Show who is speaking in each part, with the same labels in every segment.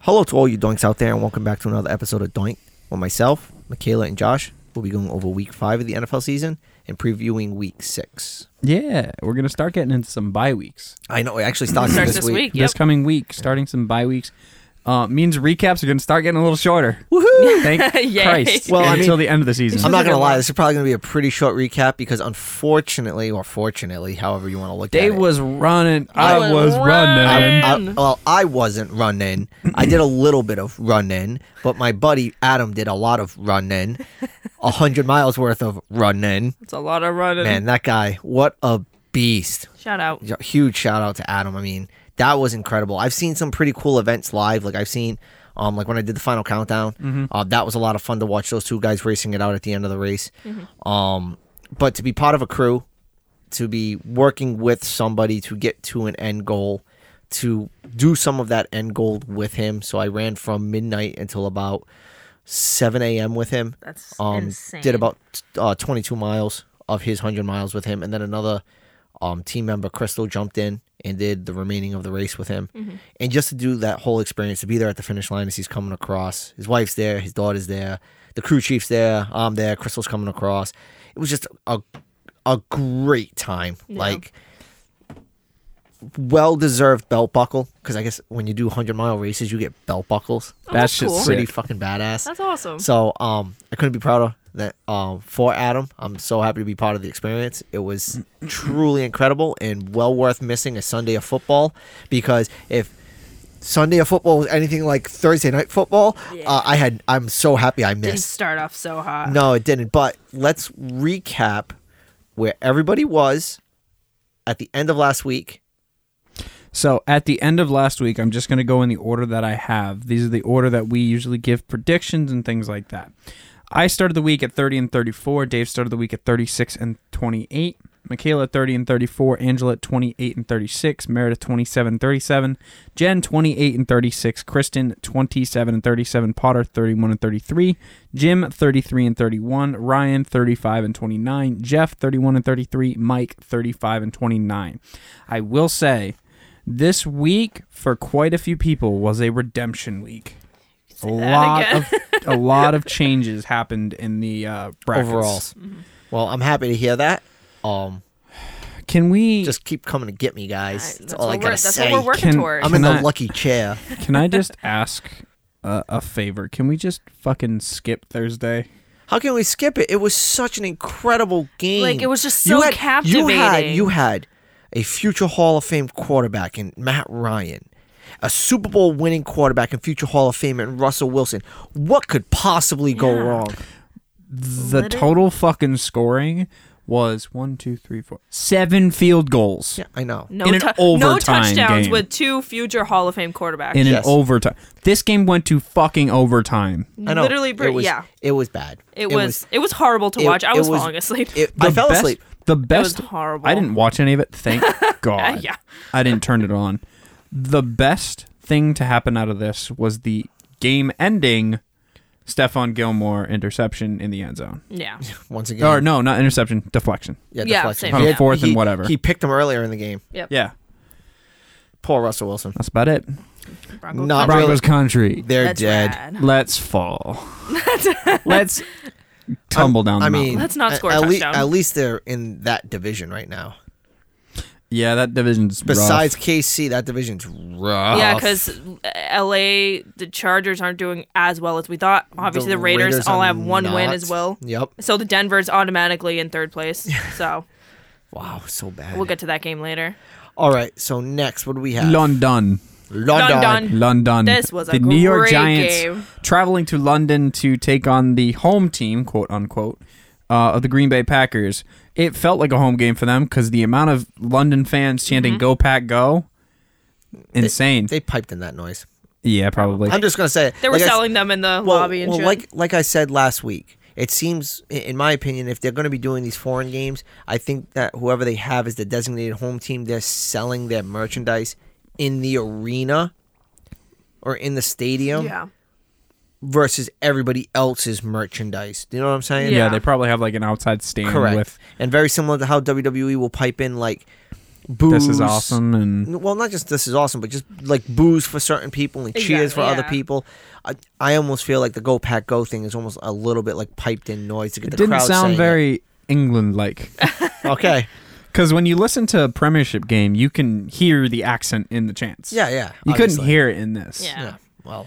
Speaker 1: Hello to all you doinks out there, and welcome back to another episode of Doink. Well, myself, Michaela, and Josh will be going over week five of the NFL season and previewing week six.
Speaker 2: Yeah, we're gonna start getting into some bye weeks
Speaker 1: I know it actually starts,
Speaker 3: Starts
Speaker 1: this,
Speaker 3: this week.
Speaker 2: this
Speaker 3: Yep.
Speaker 2: coming week. Starting some bye weeks uh, means recaps are gonna start getting a little shorter.
Speaker 1: Woohoo!
Speaker 2: Thank
Speaker 3: Yay.
Speaker 2: Christ!
Speaker 1: Well, I mean-
Speaker 2: until the end of the season.
Speaker 1: I'm not gonna
Speaker 3: good
Speaker 1: lie,
Speaker 3: one.
Speaker 1: this is probably gonna be a pretty short recap because unfortunately, or fortunately, however you want to look at
Speaker 2: Dave
Speaker 1: it,
Speaker 2: was running.
Speaker 3: I
Speaker 2: I
Speaker 3: was
Speaker 2: was running.
Speaker 3: running.
Speaker 1: I, uh,
Speaker 3: Man.
Speaker 1: well, I wasn't running. I did a little bit of running, but my buddy Adam did a lot of running, a hundred miles worth of running.
Speaker 3: It's a lot of running.
Speaker 1: Man, that guy, what a beast!
Speaker 3: Shout out.
Speaker 1: J- Huge shout out to Adam. I mean, that was incredible. I've seen some pretty cool events live. Like I've seen, um, like when I did the final countdown, uh, that was a lot of fun to watch those two guys racing it out at the end of the race. Um, but to be part of a crew, to be working with somebody to get to an end goal, to do some of that end goal with him. So I ran from midnight until about 7 a.m. with him.
Speaker 3: That's
Speaker 1: um,
Speaker 3: insane.
Speaker 1: Did about uh, 22 miles of his 100 miles with him. And then another um, team member, Crystal, jumped in and did the remaining of the race with him.
Speaker 3: Mm-hmm.
Speaker 1: And just to do that whole experience, to be there at the finish line as he's coming across, his wife's there, his daughter's there, the crew chief's there, I'm there, Crystal's coming across. It was just a a great time. Like well deserved belt buckle because I guess when you do 100 mile races, you get belt buckles.
Speaker 3: Oh,
Speaker 2: That
Speaker 3: that's
Speaker 2: shit's
Speaker 3: cool.
Speaker 1: Pretty
Speaker 2: sick.
Speaker 1: fucking badass.
Speaker 3: That's awesome.
Speaker 1: So um, I couldn't be prouder that um for Adam. I'm so happy to be part of the experience. It was truly incredible and well worth missing a Sunday of football because if Sunday of football was anything like Thursday night football, uh, I had I'm so happy I
Speaker 3: Didn't
Speaker 1: missed.
Speaker 3: start off so hot.
Speaker 1: No, it didn't. But let's recap where everybody was at the end of last week.
Speaker 2: So at the end of last week, I'm just going to go in the order that I have. These are the order that we usually give predictions and things like that. I started the week at 30 and 34. Dave started the week at 36 and 28. Michaela 30 and 34. Angela at 28 and 36. Meredith 27 and 37. Jen 28 and 36. Kristen 27 and 37. Potter 31 and 33. Jim 33 and 31. Ryan 35 and 29. Jeff 31 and 33. Mike 35 and 29. I will say this week for quite a few people was a redemption week. A
Speaker 3: that
Speaker 2: lot
Speaker 3: again.
Speaker 2: of a lot of changes happened in the uh, brackets.
Speaker 1: Overalls.
Speaker 3: Mm-hmm.
Speaker 1: Well, I'm happy to hear that. Um,
Speaker 2: can we just
Speaker 1: just keep coming to get me, guys. That's,
Speaker 3: Alright, that's
Speaker 1: all I
Speaker 3: what
Speaker 1: gotta
Speaker 3: we're- that's
Speaker 1: say.
Speaker 3: what we're working
Speaker 2: Can-
Speaker 3: towards.
Speaker 1: I'm in the
Speaker 2: Cannot-
Speaker 1: lucky chair.
Speaker 2: can I just ask a, a favor? Can we just fucking skip Thursday?
Speaker 1: How can we skip it? It was such an incredible game.
Speaker 3: Like, it was just
Speaker 1: You had-
Speaker 3: so
Speaker 1: You had
Speaker 3: captivating.
Speaker 1: you had a future Hall of Fame quarterback in Matt Ryan, a Super Bowl winning quarterback and future Hall of Fame in Russell Wilson. What could possibly go
Speaker 3: Yeah.
Speaker 1: wrong?
Speaker 2: The
Speaker 3: Lit-
Speaker 2: total fucking scoring was one, two, three, four, seven field goals
Speaker 1: Yeah, I know.
Speaker 3: no,
Speaker 2: in an
Speaker 3: tou- no
Speaker 2: overtime
Speaker 3: touchdowns
Speaker 2: game.
Speaker 3: with two future Hall of Fame quarterbacks.
Speaker 2: in
Speaker 1: Yes.
Speaker 2: an overtime. This game went to fucking overtime.
Speaker 1: I know.
Speaker 3: Literally, br-
Speaker 1: it was,
Speaker 3: yeah.
Speaker 1: It was bad.
Speaker 3: It, was it was horrible to
Speaker 1: it-
Speaker 3: watch. I
Speaker 1: it
Speaker 3: was, falling asleep.
Speaker 1: it-
Speaker 2: The
Speaker 1: I fell
Speaker 2: best-
Speaker 1: asleep.
Speaker 2: The best.
Speaker 3: was horrible.
Speaker 2: I didn't watch any of it. Thank God.
Speaker 3: Yeah.
Speaker 2: I didn't turn it on. The best thing to happen out of this was the game-ending Stefan Gilmore interception in the end zone.
Speaker 3: yeah.
Speaker 1: Once again.
Speaker 2: Or no, not interception, deflection.
Speaker 1: yeah,
Speaker 3: Yeah,
Speaker 1: deflection.
Speaker 3: same,
Speaker 1: He
Speaker 3: yeah.
Speaker 1: had-
Speaker 2: Fourth and
Speaker 1: he-
Speaker 2: whatever.
Speaker 1: He picked him earlier in the game.
Speaker 3: Yep.
Speaker 2: Yeah,
Speaker 1: Poor Russell Wilson.
Speaker 2: that's about it.
Speaker 3: Broncos.
Speaker 1: Not
Speaker 2: Broncos
Speaker 1: really.
Speaker 2: country.
Speaker 1: They're
Speaker 3: That's
Speaker 1: dead.
Speaker 3: rad.
Speaker 2: Let's fall. Let's tumble down. The
Speaker 1: I
Speaker 2: mountain.
Speaker 1: mean,
Speaker 3: Let's not
Speaker 1: a-
Speaker 3: score a
Speaker 1: at, lea-
Speaker 3: touchdown.
Speaker 1: at least they're in that division right now.
Speaker 2: yeah, that division's rough.
Speaker 1: Besides KC, that division's rough.
Speaker 3: Yeah, because L.A. the Chargers aren't doing as well as we thought. Obviously, the, Raiders,
Speaker 1: all
Speaker 3: only have one win as well.
Speaker 1: Yep.
Speaker 3: So the Denver's automatically in third place. So
Speaker 1: Wow, so bad.
Speaker 3: we'll get to that game later.
Speaker 1: All right. So next, what do we have?
Speaker 2: London.
Speaker 1: London.
Speaker 3: London.
Speaker 2: London.
Speaker 3: This was a
Speaker 2: the New York
Speaker 3: great
Speaker 2: Giants
Speaker 3: game.
Speaker 2: traveling to London to take on the home team, quote unquote, uh, of the Green Bay Packers. It felt like a home game for them because the amount of London fans chanting "Go Pack Go," insane.
Speaker 1: They piped in that noise.
Speaker 2: yeah, probably.
Speaker 1: I'm just gonna say it.
Speaker 3: They were
Speaker 1: Like I s-
Speaker 3: selling them in the
Speaker 1: well,
Speaker 3: lobby and
Speaker 1: well,
Speaker 3: shit.
Speaker 1: like like I said last week, it seems, i- in my opinion, if they're going to be doing these foreign games, I think that whoever they have is the designated home team. They're selling their merchandise in the arena or in the stadium
Speaker 3: yeah.
Speaker 1: versus everybody else's merchandise. Do you know what I'm saying?
Speaker 2: yeah.
Speaker 3: Yeah.
Speaker 2: they probably have like an outside stand
Speaker 1: Correct.
Speaker 2: with
Speaker 1: And very similar to how WWE will E pipe in like booze.
Speaker 2: this is awesome and
Speaker 1: Well, not just this is awesome, but just like booze for certain people and cheers for
Speaker 3: Exactly,
Speaker 1: other
Speaker 3: yeah.
Speaker 1: people. I, I almost feel like the go pack go thing is almost a little bit like piped in noise to get
Speaker 2: it
Speaker 1: the
Speaker 2: didn't
Speaker 1: crowd
Speaker 2: sound
Speaker 1: saying
Speaker 2: very England like.
Speaker 1: it. okay.
Speaker 2: Because when you listen to a Premiership game, you can hear the accent in the chants.
Speaker 1: Yeah, yeah.
Speaker 2: You couldn't
Speaker 1: obviously.
Speaker 2: hear it in this.
Speaker 3: Yeah.
Speaker 1: Yeah. Well,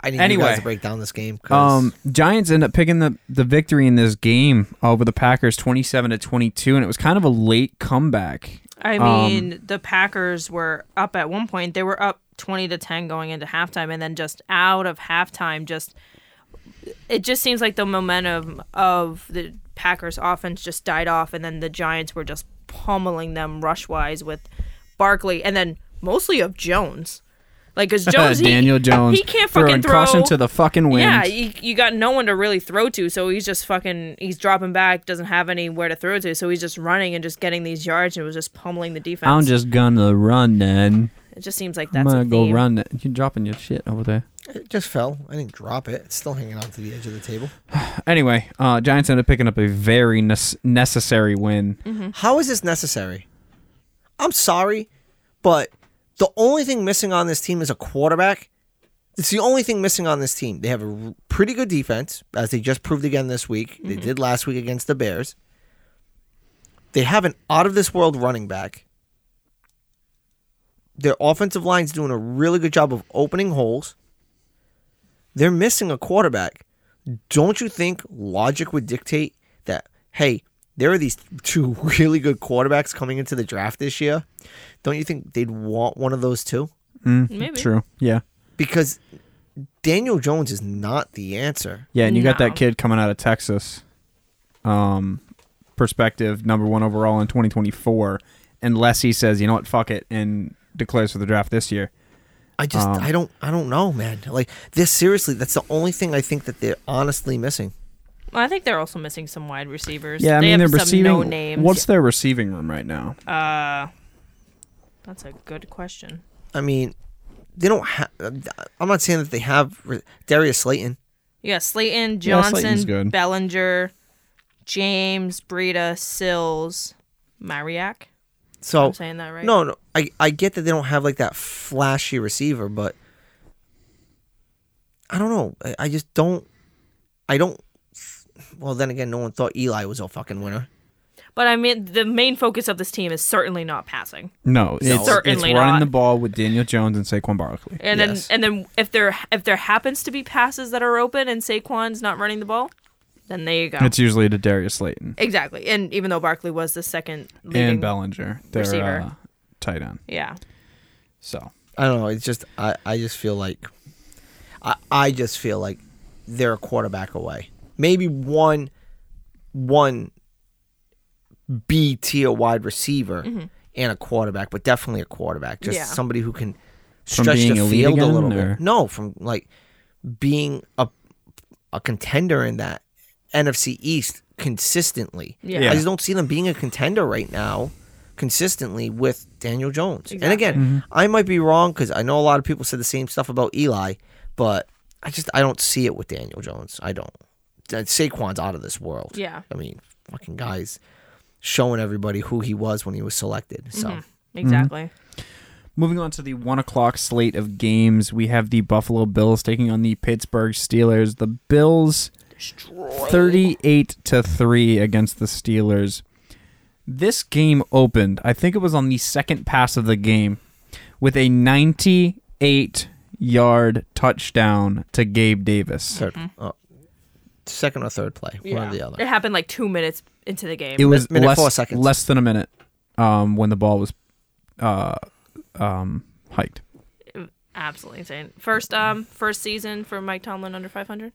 Speaker 1: I need you
Speaker 2: Anyway.
Speaker 1: guys to break down this game. 'cause-
Speaker 2: Um, Giants end up picking the, the victory in this game over the Packers, twenty seven to twenty two, and it was kind of a late comeback.
Speaker 3: I
Speaker 2: Um,
Speaker 3: mean, the Packers were up at one point. They were up 20 to 10 going into halftime and then just out of halftime just it just seems like the momentum of the Packers offense just died off and then the Giants were just pummeling them rush-wise with Barkley and then mostly of Jones. Like cuz Jones he-
Speaker 2: Uh, Daniel Jones
Speaker 3: he can't
Speaker 2: throwing
Speaker 3: fucking throw
Speaker 2: caution to the fucking wind.
Speaker 3: yeah, you, you got no one to really throw to, so he's just fucking he's dropping back, doesn't have anywhere to throw to, so he's just running and just getting these yards and was just pummeling the defense.
Speaker 2: I'm just gonna run then.
Speaker 3: it just seems like
Speaker 2: I'm
Speaker 3: that's
Speaker 2: gonna
Speaker 3: a
Speaker 2: go
Speaker 3: theme.
Speaker 2: run. Then. You're dropping your shit over there.
Speaker 1: It just fell. I didn't drop it. It's still hanging on to the edge of the table.
Speaker 2: Anyway, uh, Giants end up picking up a very nes- necessary win.
Speaker 3: Mm-hmm.
Speaker 1: How is this necessary? I'm sorry, but the only thing missing on this team is a quarterback. It's the only thing missing on this team. They have a r- pretty good defense, as they just proved again this week. They did last week against the Bears. They have an out of this world running back. Their offensive line's doing a really good job of opening holes. They're missing a quarterback. Don't you think logic would dictate that, hey, there are these two really good quarterbacks coming into the draft this year? Don't you think they'd want one of those two?
Speaker 3: Maybe.
Speaker 2: True. Yeah.
Speaker 1: Because Daniel Jones is not the answer.
Speaker 2: Yeah, and you got
Speaker 3: No.
Speaker 2: that kid coming out of Texas. Um perspective number 1 overall in 2024 unless he says, "You know what? Fuck it." and declares for the draft this year.
Speaker 1: I just
Speaker 2: Um,
Speaker 1: I don't I don't know, man. Like this seriously, that's the only thing I think that they're honestly missing.
Speaker 3: Well, I think they're also missing some wide receivers.
Speaker 2: Yeah, I
Speaker 3: they
Speaker 2: mean they're
Speaker 3: have some
Speaker 2: receiving
Speaker 3: no names.
Speaker 2: What's their receiving room right now?
Speaker 3: uh? That's a good question.
Speaker 1: I mean, they don't have I'm not saying that they have re- Darius Slayton.
Speaker 3: You got Slayton,
Speaker 2: Yeah,
Speaker 3: Johnson,
Speaker 2: Slayton's good.
Speaker 3: Bellinger, James, Breida, Sills, Mariak.
Speaker 1: So
Speaker 3: I'm saying that right?
Speaker 1: No, no. I, I get that they don't have like that flashy receiver, but I don't know. I, I just don't. I don't. Well, then again, no one thought Eli was a fucking winner.
Speaker 3: But I mean, the main focus of this team is certainly not passing.
Speaker 2: No, it's, it's
Speaker 3: Certainly
Speaker 2: running
Speaker 3: not.
Speaker 2: the ball with Daniel Jones and Saquon Barkley.
Speaker 3: And
Speaker 1: Yes.
Speaker 3: then and then if there if there happens to be passes that are open and Saquon's not running the ball, then there you go.
Speaker 2: It's usually to Darius Slayton
Speaker 3: exactly. And even though Barkley was the second leading,
Speaker 2: and Bellinger, their
Speaker 3: receiver.
Speaker 2: uh, tight end.
Speaker 3: yeah,
Speaker 2: So,
Speaker 1: I don't know. It's just I, I just feel like I I just feel like they're a quarterback away. Maybe one one B tier wide receiver and a quarterback, but definitely a quarterback. Just
Speaker 3: Mm-hmm. Yeah.
Speaker 1: somebody who can
Speaker 2: From
Speaker 1: stretch
Speaker 2: being
Speaker 1: the
Speaker 2: elite
Speaker 1: field
Speaker 2: again,
Speaker 1: a little
Speaker 2: or-
Speaker 1: bit. No, from like being a a contender in that NFC East consistently.
Speaker 3: Yeah.
Speaker 2: Yeah.
Speaker 1: I just don't see them being a contender right now consistently with Daniel Jones. And again,
Speaker 2: Mm-hmm.
Speaker 1: I might be wrong because I know a lot of people said the same stuff about Eli, but I just I don't see it with Daniel Jones. I don't. That Saquon's out of this world.
Speaker 3: Yeah.
Speaker 1: I mean, fucking guys showing everybody who he was when he was selected. So
Speaker 3: Mm-hmm. exactly.
Speaker 2: moving on to the one o'clock slate of games, we have the Buffalo Bills taking on the Pittsburgh Steelers. The Bills 38 to 3 against the Steelers. This game opened, I think it was on the second pass of the game, with a 98 yard touchdown to Gabe Davis.
Speaker 1: third,
Speaker 3: Mm-hmm.
Speaker 1: uh, second or third play, Mm-hmm. one or the
Speaker 3: It
Speaker 1: other.
Speaker 3: happened like two minutes into the game.
Speaker 2: It was
Speaker 1: minute,
Speaker 2: less,
Speaker 1: four seconds.
Speaker 2: less than a minute um, when the ball was uh, um, hiked.
Speaker 3: Absolutely insane. First, um, first season for Mike Tomlin under 500.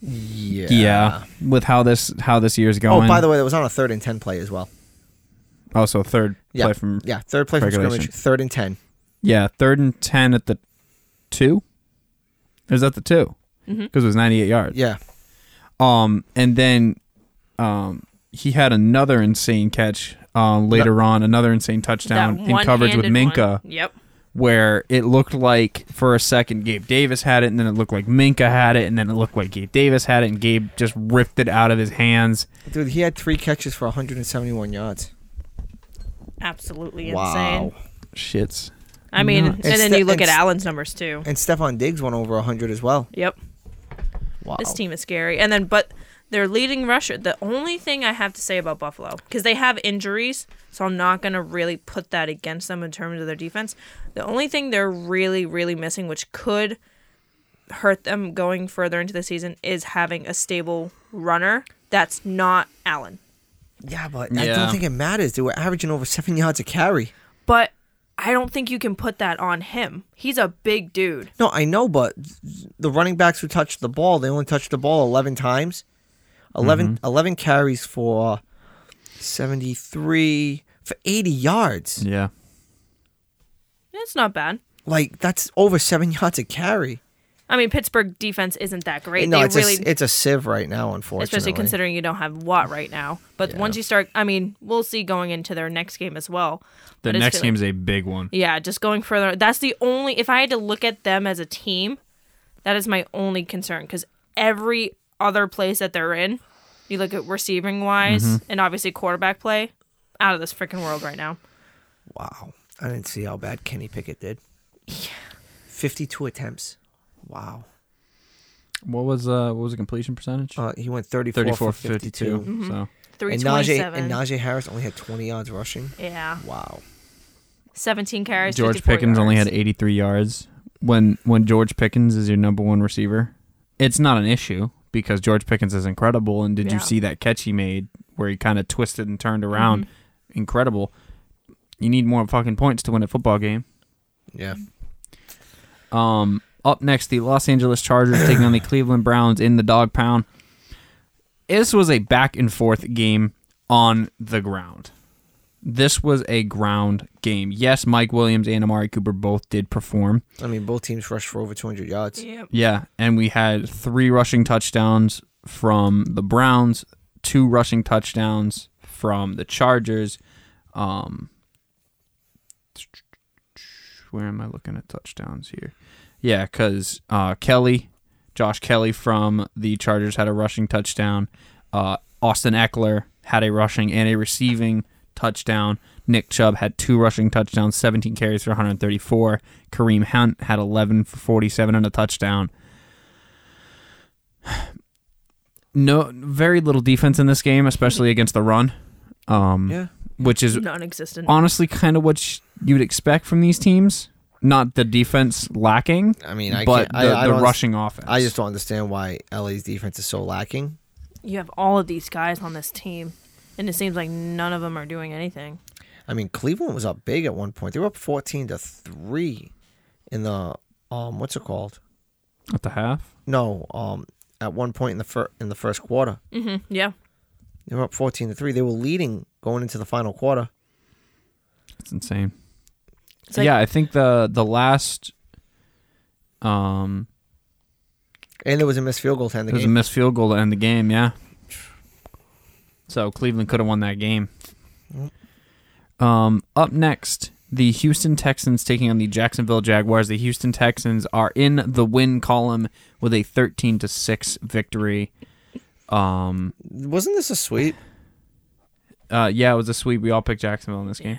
Speaker 1: Yeah.
Speaker 2: Yeah, with how this how this year's going.
Speaker 1: Oh, by the way, that was on a third and ten play as well.
Speaker 2: also Oh, third
Speaker 1: Yeah.
Speaker 2: play from
Speaker 1: Yeah, third play from
Speaker 2: Regulation.
Speaker 1: scrimmage, third and ten.
Speaker 2: yeah third and ten at the two. Is that the two?
Speaker 3: Mm-hmm.
Speaker 2: Because it was ninety eight yards.
Speaker 1: Yeah.
Speaker 2: Um, and then, um, he had another insane catch. Um, later on, another insane touchdown
Speaker 3: That
Speaker 2: in coverage with
Speaker 3: one-handed
Speaker 2: Minka,
Speaker 3: one. Yep.
Speaker 2: where it looked like for a second Gabe Davis had it, and then it looked like Minka had it, and then it looked like Gabe Davis had it, and Gabe just ripped it out of his hands.
Speaker 1: Dude, he had three catches for 171 yards.
Speaker 3: absolutely
Speaker 1: Wow.
Speaker 3: insane.
Speaker 2: Shits.
Speaker 3: I mean,
Speaker 2: Nuts.
Speaker 3: and
Speaker 1: Mm-hmm. It's
Speaker 3: then
Speaker 1: the-
Speaker 3: you look at
Speaker 1: it's-
Speaker 3: Allen's numbers too.
Speaker 1: And Stefan Diggs went over 100 as well.
Speaker 3: Yep.
Speaker 1: Wow.
Speaker 3: This team is scary. And then, but they're leading rusher. The only thing I have to say about Buffalo, because they have injuries, so I'm not going to really put that against them in terms of their defense. The only thing they're really, really missing, which could hurt them going further into the season, is having a stable runner that's not Allen.
Speaker 1: Yeah, but I
Speaker 2: Yeah.
Speaker 1: don't think it matters. They were averaging over seven yards a carry.
Speaker 3: But I don't think you can put that on him. He's a big dude.
Speaker 1: No, I know, but the running backs who touched the ball, they only touched the ball 11 times. 11, 11 carries for 73, for 80 yards.
Speaker 2: Yeah.
Speaker 3: It's not bad.
Speaker 1: Like, that's over seven yards a carry.
Speaker 3: I mean, Pittsburgh defense isn't that great.
Speaker 1: No,
Speaker 3: they
Speaker 1: it's,
Speaker 3: really
Speaker 1: a, it's a sieve right now, unfortunately.
Speaker 3: especially considering you don't have Watt right now. But once you start, I mean, we'll see going into their next game as well.
Speaker 2: The
Speaker 3: But it's
Speaker 2: next
Speaker 3: feeling-
Speaker 2: game's a big one.
Speaker 3: yeah, just going further. That's the only. If I had to look at them as a team, that is my only concern because every other place that they're in, you look at receiving wise
Speaker 2: Mm-hmm.
Speaker 3: and obviously quarterback play, out of this freaking world right now.
Speaker 1: Wow. I didn't see how bad Kenny Pickett did. Yeah. 52 attempts. Wow.
Speaker 2: What was uh what was the completion percentage?
Speaker 1: Uh, he went 34,
Speaker 2: 34
Speaker 1: for 52.
Speaker 3: Mm-hmm.
Speaker 2: So
Speaker 3: Three
Speaker 1: And Najee,
Speaker 3: twenty-seven.
Speaker 1: and Najee Harris only had 20 yards rushing.
Speaker 3: yeah,
Speaker 1: Wow.
Speaker 3: seventeen carries.
Speaker 2: George
Speaker 3: 54
Speaker 2: Pickens only
Speaker 3: yards.
Speaker 2: had 83 yards. When when George Pickens is your number one receiver, it's not an issue because George Pickens is incredible. And did
Speaker 3: Yeah.
Speaker 2: you see that catch he made where he kind of twisted and turned around?
Speaker 3: Mm-hmm.
Speaker 2: Incredible. You need more fucking points to win a football game.
Speaker 1: Yeah.
Speaker 2: Um, up next, the Los Angeles Chargers taking on the Cleveland Browns in the dog pound. This was a back and forth game on the ground. This was a ground game. Yes, Mike Williams and Amari Cooper both did perform.
Speaker 1: I mean, both teams rushed for over 200 yards.
Speaker 3: Yep.
Speaker 2: Yeah, and we had three rushing touchdowns from the Browns, two rushing touchdowns from the Chargers. Um, where am I looking at touchdowns here? Yeah, because uh, Kelly, Josh Kelly from the Chargers had a rushing touchdown. Uh, Austin Eckler had a rushing and a receiving touchdown. Nick Chubb had two rushing touchdowns, 17 carries for 134. Kareem Hunt had 11 for 47 and a touchdown. No, very little defense in this game, especially against the run, um,
Speaker 1: Yeah.
Speaker 2: which is
Speaker 3: Non-existent.
Speaker 2: honestly kind of what sh- you'd expect from these teams. Not the defense lacking,
Speaker 1: I mean, I
Speaker 2: but
Speaker 1: can't,
Speaker 2: the,
Speaker 1: I, I
Speaker 2: the
Speaker 1: don't-
Speaker 2: rushing offense.
Speaker 1: I just don't understand why LA's defense is so lacking.
Speaker 3: you have all of these guys on this team, and it seems like none of them are doing anything.
Speaker 1: I mean, Cleveland was up big at one point. They were up 14 to 3 in the um what's it called?
Speaker 2: at the half.
Speaker 1: No, um at one point in the fir- in the first quarter.
Speaker 3: Mm-hmm. Yeah,
Speaker 1: They were up 14 to 3. They were leading going into the final quarter.
Speaker 2: It's insane.
Speaker 3: It's like-
Speaker 2: yeah, I think the the last um
Speaker 1: And there was a missed field goal to end the
Speaker 2: there's a
Speaker 1: game.
Speaker 2: missed field goal to end the game, yeah. So Cleveland could have won that game. Um up next, the Houston Texans taking on the Jacksonville Jaguars. The Houston Texans are in the win column with a 13 to 6 victory. Um
Speaker 1: Wasn't this a sweep?
Speaker 2: uh yeah, it was a sweep. We all picked Jacksonville in this game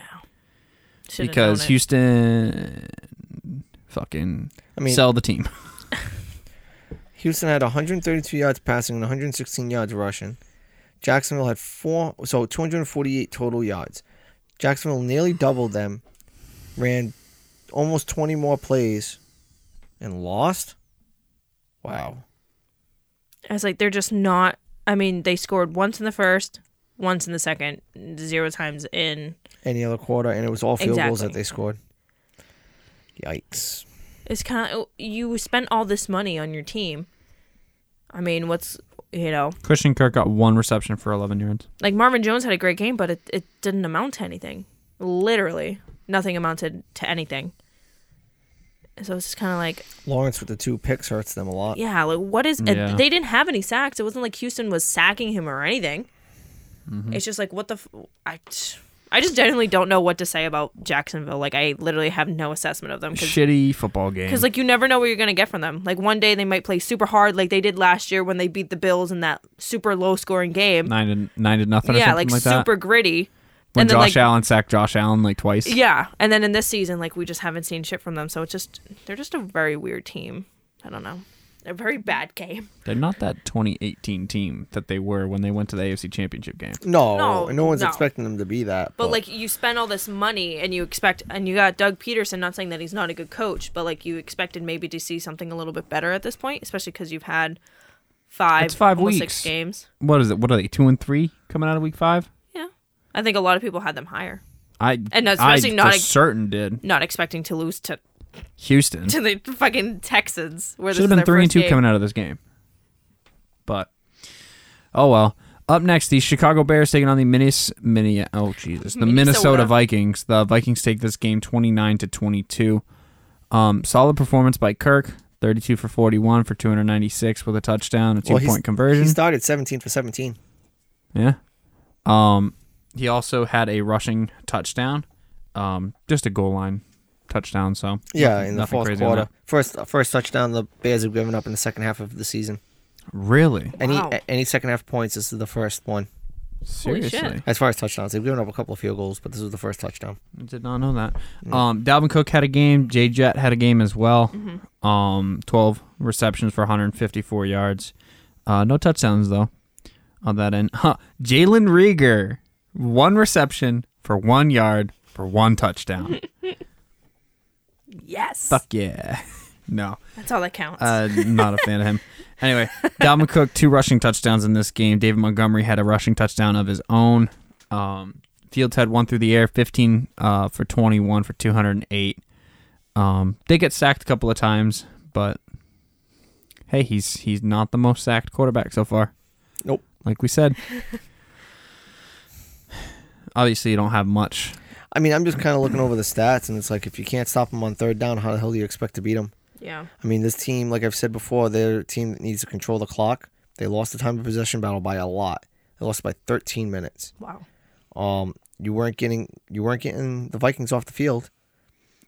Speaker 3: Should've
Speaker 2: because
Speaker 3: known it.
Speaker 2: Houston fucking
Speaker 1: I mean,
Speaker 2: sell the team.
Speaker 1: Houston had 132 yards passing and 116 yards rushing. Jacksonville had four, so 248 total yards. Jacksonville nearly doubled them, ran almost 20 more plays, and lost. Wow.
Speaker 3: I was like, they're just not. I mean, they scored once in the first, once in the second, zero times in.
Speaker 1: Any other quarter, and it was all field goals
Speaker 3: Exactly.
Speaker 1: that they scored. Yikes.
Speaker 3: It's kind of you spent all this money on your team. I mean, what's you know,
Speaker 2: Christian Kirk got one reception for 11 yards.
Speaker 3: like Marvin Jones had a great game, but it it didn't amount to anything. Literally, nothing amounted to anything. So it's just kind of like,
Speaker 1: Lawrence with the two picks hurts them a lot.
Speaker 3: yeah, like what is?
Speaker 2: Yeah.
Speaker 3: They didn't have any sacks. It wasn't like Houston was sacking him or anything.
Speaker 2: Mm-hmm.
Speaker 3: It's just like what the f- I, I just genuinely don't know what to say about Jacksonville. Like I literally have no assessment of them because
Speaker 2: Shitty football game.
Speaker 3: like you never know what you're gonna get from them. Like one day they might play super hard, like they did last year when they beat the Bills in that super low scoring game.
Speaker 2: nine to nine to nothing. or
Speaker 3: yeah,
Speaker 2: something
Speaker 3: like,
Speaker 2: like, that.
Speaker 3: super gritty.
Speaker 2: when
Speaker 3: And then,
Speaker 2: Josh
Speaker 3: like-
Speaker 2: Allen sacked Josh Allen like twice.
Speaker 3: Yeah, and then in this season, like we just haven't seen shit from them. So it's just they're just a very weird team. I don't know. A very bad game.
Speaker 2: They're not that 2018 team that they were when they went to the AFC Championship game.
Speaker 1: No,
Speaker 3: No,
Speaker 1: no, no one's
Speaker 3: no.
Speaker 1: expecting them to be that.
Speaker 3: But like you spend all this money and you expect, and you got Doug Peterson. Not saying that he's not a good coach, but like you expected maybe to see something a little bit better at this point, especially because you've had five,
Speaker 2: It's five
Speaker 3: almost
Speaker 2: weeks.
Speaker 3: six games.
Speaker 2: What is it? What are they? Two and three coming out of week five?
Speaker 3: Yeah, I think a lot of people had them higher,
Speaker 2: I
Speaker 3: And that's
Speaker 2: I
Speaker 3: especially not
Speaker 2: for
Speaker 3: a-
Speaker 2: certain did
Speaker 3: not expecting to lose to
Speaker 2: Houston
Speaker 3: to the fucking Texans. Where
Speaker 2: should have
Speaker 3: this is
Speaker 2: been
Speaker 3: their
Speaker 2: three and
Speaker 3: first
Speaker 2: two
Speaker 3: game.
Speaker 2: coming out of this game, but oh well. Up next, the Chicago Bears taking on the Minis, Mini, oh Jesus, the Minnesota
Speaker 3: Minnesota.
Speaker 2: Vikings. The Vikings take this game twenty nine to twenty two. Um, solid performance by Kirk, thirty two for forty one for two hundred ninety six with a touchdown, a two
Speaker 1: Well, he's-
Speaker 2: point conversion.
Speaker 1: He started 17 for 17.
Speaker 2: Yeah. Um, he also had a rushing touchdown, um, just a goal line touchdown. So
Speaker 1: Yeah,
Speaker 2: nothing-
Speaker 1: in the
Speaker 2: nothing
Speaker 1: fourth
Speaker 2: crazy on
Speaker 1: quarter, first first touchdown the Bears have given up in the second half of the season.
Speaker 2: that. Really?
Speaker 1: Any
Speaker 3: Wow.
Speaker 1: a- any second half points, this is the first one.
Speaker 3: Holy shit.
Speaker 2: Seriously,
Speaker 1: As far as touchdowns, they've given up a couple of field goals, but this was the first touchdown.
Speaker 2: I did not know that. Um, Dalvin Cook had a game. Jay Jet had a game as well. Um, twelve receptions for 154 yards. Uh, no touchdowns though. On that end, huh. Jalen Rieger, one reception for one yard for one touchdown.
Speaker 3: Yes,
Speaker 2: Fuck yeah. No.
Speaker 3: that's all that counts.
Speaker 2: Uh, not a fan of him. Anyway, Dalvin Cook two rushing touchdowns in this game. David Montgomery had a rushing touchdown of his own. Um, Fields had one through the air, fifteen uh, for twenty-one for two hundred and eight. Um, they get sacked a couple of times, but hey, he's he's not the most sacked quarterback so far.
Speaker 1: Nope.
Speaker 2: Like we said. Obviously, you don't have much.
Speaker 1: I mean, I'm just kind of looking over the stats, and it's like if you can't stop them on third down, how the hell do you expect to beat them?
Speaker 3: yeah,
Speaker 1: I mean, this team, like I've said before, they're a team that needs to control the clock. They lost the time of possession battle by a lot. They lost by 13 minutes.
Speaker 3: wow.
Speaker 1: Um, you weren't getting you weren't getting the Vikings off the field.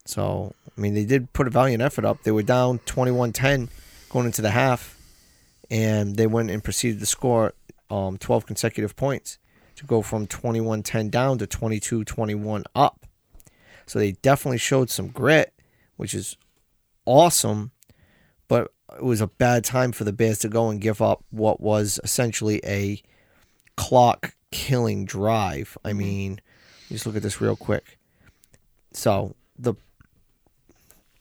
Speaker 1: So I mean, they did put a valiant effort up. They were down 21-10 going into the half, and they went and proceeded to score um, 12 consecutive points to go from 21-10 down to 22-21 up. So they definitely showed some grit, which is awesome. But it was a bad time for the Bears to go and give up what was essentially a clock killing drive. I mean, just look at this real quick. So the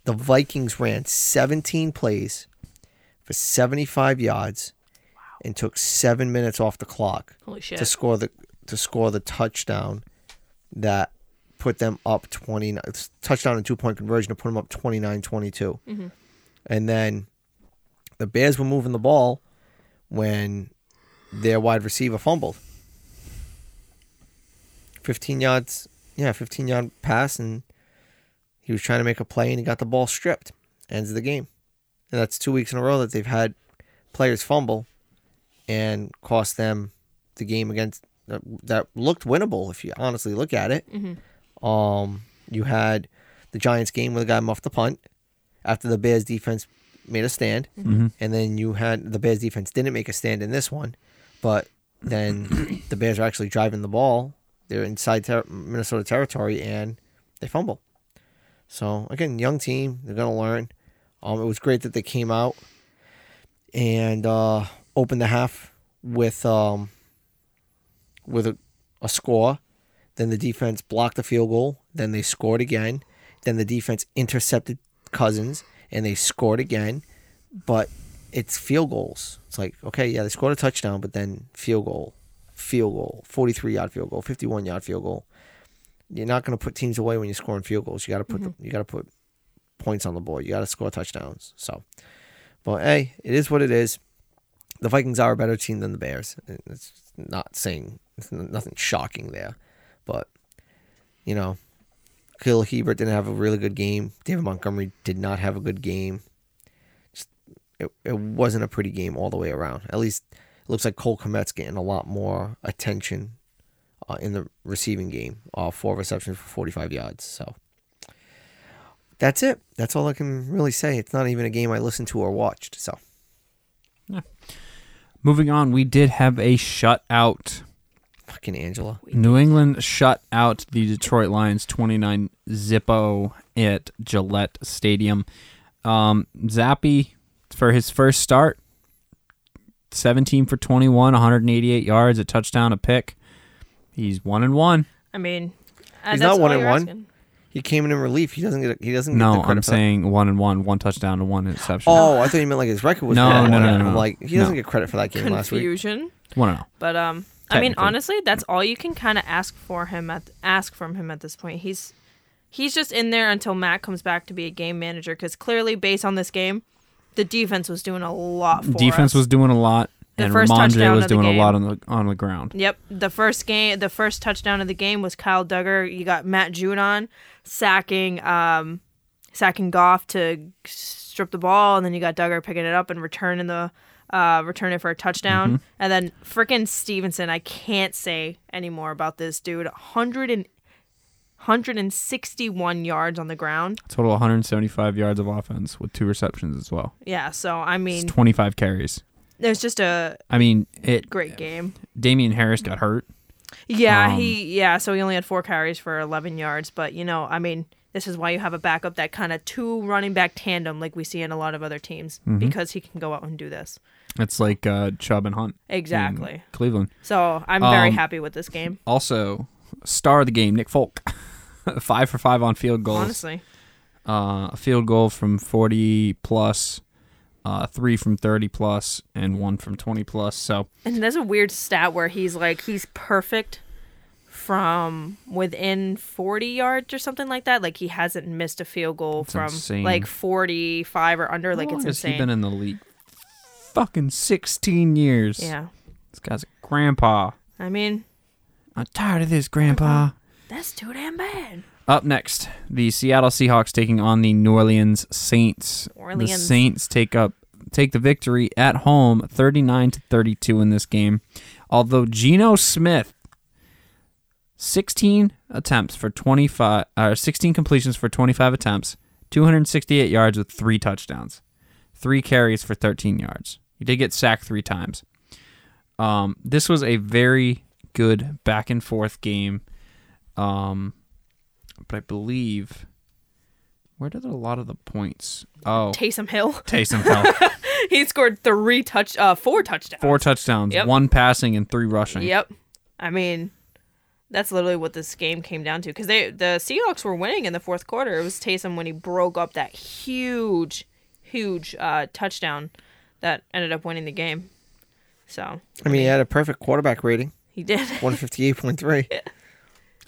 Speaker 1: the Vikings ran 17 plays for 75 yards and took seven minutes off the clock
Speaker 3: Holy shit.
Speaker 1: to score the to score the touchdown that put them up 29 it's touchdown and two point conversion to put them up 29 22 and then the bears were moving the ball when their wide receiver fumbled 15 yards yeah 15 yard pass and he was trying to make a play and he got the ball stripped ends the game and that's two weeks in a row that they've had players fumble and cost them the game against that, that looked winnable if you honestly look at it. Um, you had the Giants game where the guy muffed the punt after the Bears defense made a stand, and then you had the Bears defense didn't make a stand in this one, but then the Bears are actually driving the ball. They're inside ter- Minnesota territory and they fumble. So again, young team, they're gonna learn. Um, it was great that they came out and uh, opened the half with um, with a, a score. Then the defense blocked the field goal. Then they scored again. Then the defense intercepted Cousins and they scored again. But it's field goals. It's like, okay, yeah, they scored a touchdown, but then field goal, field goal, 43 yard field goal, 51 yard field goal. You're not going to put teams away when you're scoring field goals. You got to put the, you got to put points on the board. You got to score touchdowns. So, but hey, it is what it is. The Vikings are a better team than the Bears. It's not saying it's n- nothing shocking there, but you know, Khalil Hebert didn't have a really good game. David Montgomery did not have a good game. Just, it, it wasn't a pretty game all the way around. At least it looks like Cole Komet's getting a lot more attention uh, in the receiving game. Uh, four receptions for 45 yards. So that's it. That's all I can really say. It's not even a game I listened to or watched. So
Speaker 2: Moving on, we did have a shutout.
Speaker 1: Fucking Angela.
Speaker 2: New England shut out the Detroit Lions 29 zippo at Gillette Stadium. Um, Zappy for his first start, 17 for 21, 188 yards, a touchdown, a pick. He's one and one.
Speaker 3: I mean, uh,
Speaker 1: He's
Speaker 3: that's
Speaker 1: not one
Speaker 3: all
Speaker 1: and
Speaker 3: you're
Speaker 1: one.
Speaker 3: asking.
Speaker 1: He came in in relief. He doesn't get. He doesn't. get the
Speaker 2: No,
Speaker 1: credit
Speaker 2: I'm
Speaker 1: for that.
Speaker 2: saying one and one, one touchdown and one interception.
Speaker 1: Oh, I thought you meant like his record was.
Speaker 2: No,
Speaker 1: bad.
Speaker 2: no, no,
Speaker 1: I'm
Speaker 2: no, no.
Speaker 1: Like he doesn't
Speaker 2: No.
Speaker 1: get credit for that game last week.
Speaker 3: Confusion.
Speaker 2: One and oh.
Speaker 3: But um, I mean,
Speaker 2: Technically.
Speaker 3: honestly, that's all you can kind of ask for him at ask from him at this point. He's he's just in there until Matt comes back to be a game manager because clearly, based on this game, the defense was doing a lot. For
Speaker 2: Defense
Speaker 3: us.
Speaker 2: was doing a lot,
Speaker 3: The
Speaker 2: and
Speaker 3: first
Speaker 2: Ramondre
Speaker 3: touchdown
Speaker 2: was
Speaker 3: of the
Speaker 2: doing a
Speaker 3: game.
Speaker 2: lot on the on the ground.
Speaker 3: Yep, the first game, the first touchdown of the game was Kyle Duggar. You got Matt Judon sacking um sacking Goff to strip the ball, and then you got Duggar picking it up and returning the uh return it for a touchdown. And then frickin' Stevenson, I can't say anymore about this dude. 100 and 161 yards on the ground.
Speaker 2: Total 175 yards of offense with two receptions as well.
Speaker 3: Yeah, so I
Speaker 2: It's
Speaker 3: mean,
Speaker 2: 25 carries.
Speaker 3: it was just a
Speaker 2: I mean, it
Speaker 3: great game.
Speaker 2: Damian Harris got hurt.
Speaker 3: Yeah,
Speaker 2: Um,
Speaker 3: he yeah, so he only had four carries for 11 yards, but you know, I mean, this is why you have a backup that kind of two running back tandem like we see in a lot of other teams
Speaker 2: Mm-hmm.
Speaker 3: because he can go out and do this.
Speaker 2: It's like uh, Chubb and Hunt. in
Speaker 3: Exactly.
Speaker 2: Cleveland.
Speaker 3: So, I'm very
Speaker 2: Um,
Speaker 3: happy with this game,
Speaker 2: Also, star of the game, Nick Folk. five for five on field goals.
Speaker 3: honestly.
Speaker 2: Uh, a field goal from 40 plus, uh, three from 30 plus, and one from 20 plus. So
Speaker 3: And there's a weird stat where he's like he's perfect from within 40 yards or something like that. Like he hasn't missed a field goal
Speaker 2: That's
Speaker 3: from
Speaker 2: insane.
Speaker 3: like 45 or under, like
Speaker 2: How
Speaker 3: it's
Speaker 2: long has he
Speaker 3: insane.
Speaker 2: been in the league? Fucking 16 years.
Speaker 3: yeah.
Speaker 2: This guy's a grandpa.
Speaker 3: I mean,
Speaker 2: I'm tired of this,
Speaker 3: Uh-huh.
Speaker 2: grandpa.
Speaker 3: that's too damn bad.
Speaker 2: Up next, the Seattle Seahawks taking on the New Orleans Saints.
Speaker 3: Orleans.
Speaker 2: The Saints take up take the victory at home, thirty nine to thirty two in this game. Although Geno Smith, sixteen attempts for twenty five, or sixteen completions for twenty five attempts, two hundred sixty eight yards with three touchdowns, three carries for thirteen yards. He did get sacked three times. Um, this was a very good back and forth game. Um, but I believe where did a lot of the points? Oh,
Speaker 3: Taysom Hill.
Speaker 2: Taysom Hill,
Speaker 3: he scored three touch uh four touchdowns.
Speaker 2: four touchdowns,
Speaker 3: Yep.
Speaker 2: one passing and three rushing.
Speaker 3: Yep. I mean, that's literally what this game came down to because they the Seahawks were winning in the fourth quarter. It was Taysom when he broke up that huge, huge uh, touchdown that ended up winning the game. So
Speaker 1: I mean, he had a perfect quarterback rating,
Speaker 3: he did.
Speaker 1: one fifty eight point three.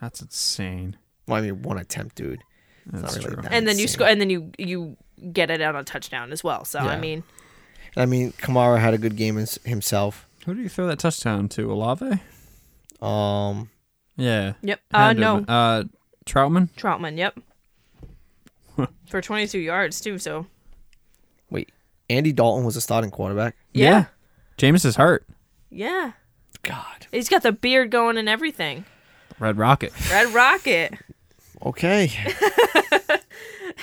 Speaker 2: That's insane.
Speaker 1: Well, I mean, one attempt, dude. It's not
Speaker 2: That's
Speaker 1: really
Speaker 2: true.
Speaker 1: that
Speaker 3: and then you
Speaker 1: insane.
Speaker 3: score, and then you you get it out on touchdown as well. So I
Speaker 2: Yeah.
Speaker 3: mean,
Speaker 1: I mean, Kamara had a good game ins- himself.
Speaker 2: Who do you throw that touchdown to? Olave?
Speaker 1: Um,
Speaker 2: Yeah.
Speaker 3: yep. Uh,
Speaker 2: Had to
Speaker 3: no,
Speaker 2: have been- Uh, Troutman.
Speaker 3: Troutman. Yep. For 22 yards too. So
Speaker 1: wait, Andy Dalton was a starting quarterback.
Speaker 3: Yeah.
Speaker 2: James is hurt.
Speaker 3: yeah,
Speaker 1: God.
Speaker 3: he's got the beard going and everything.
Speaker 2: Red Rocket.
Speaker 3: Red Rocket.
Speaker 1: Okay,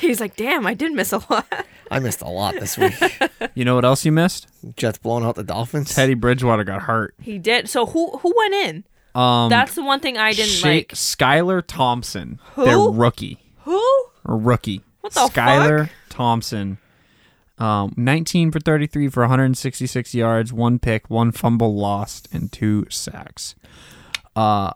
Speaker 3: He's like, damn, I did miss a lot.
Speaker 1: I missed a lot this week.
Speaker 2: You know what else you missed?
Speaker 1: Jets blowing out the Dolphins.
Speaker 2: Teddy Bridgewater got hurt.
Speaker 3: He did. So who who went in?
Speaker 2: Um,
Speaker 3: That's the one thing I didn't
Speaker 2: Sha-
Speaker 3: like.
Speaker 2: Skylar Thompson.
Speaker 3: Who?
Speaker 2: Their rookie.
Speaker 3: Who?
Speaker 2: Or rookie.
Speaker 3: What the
Speaker 2: Skylar Thompson. Um, 19 for 33 for 166 yards, one pick, one fumble lost, and two sacks. Uh,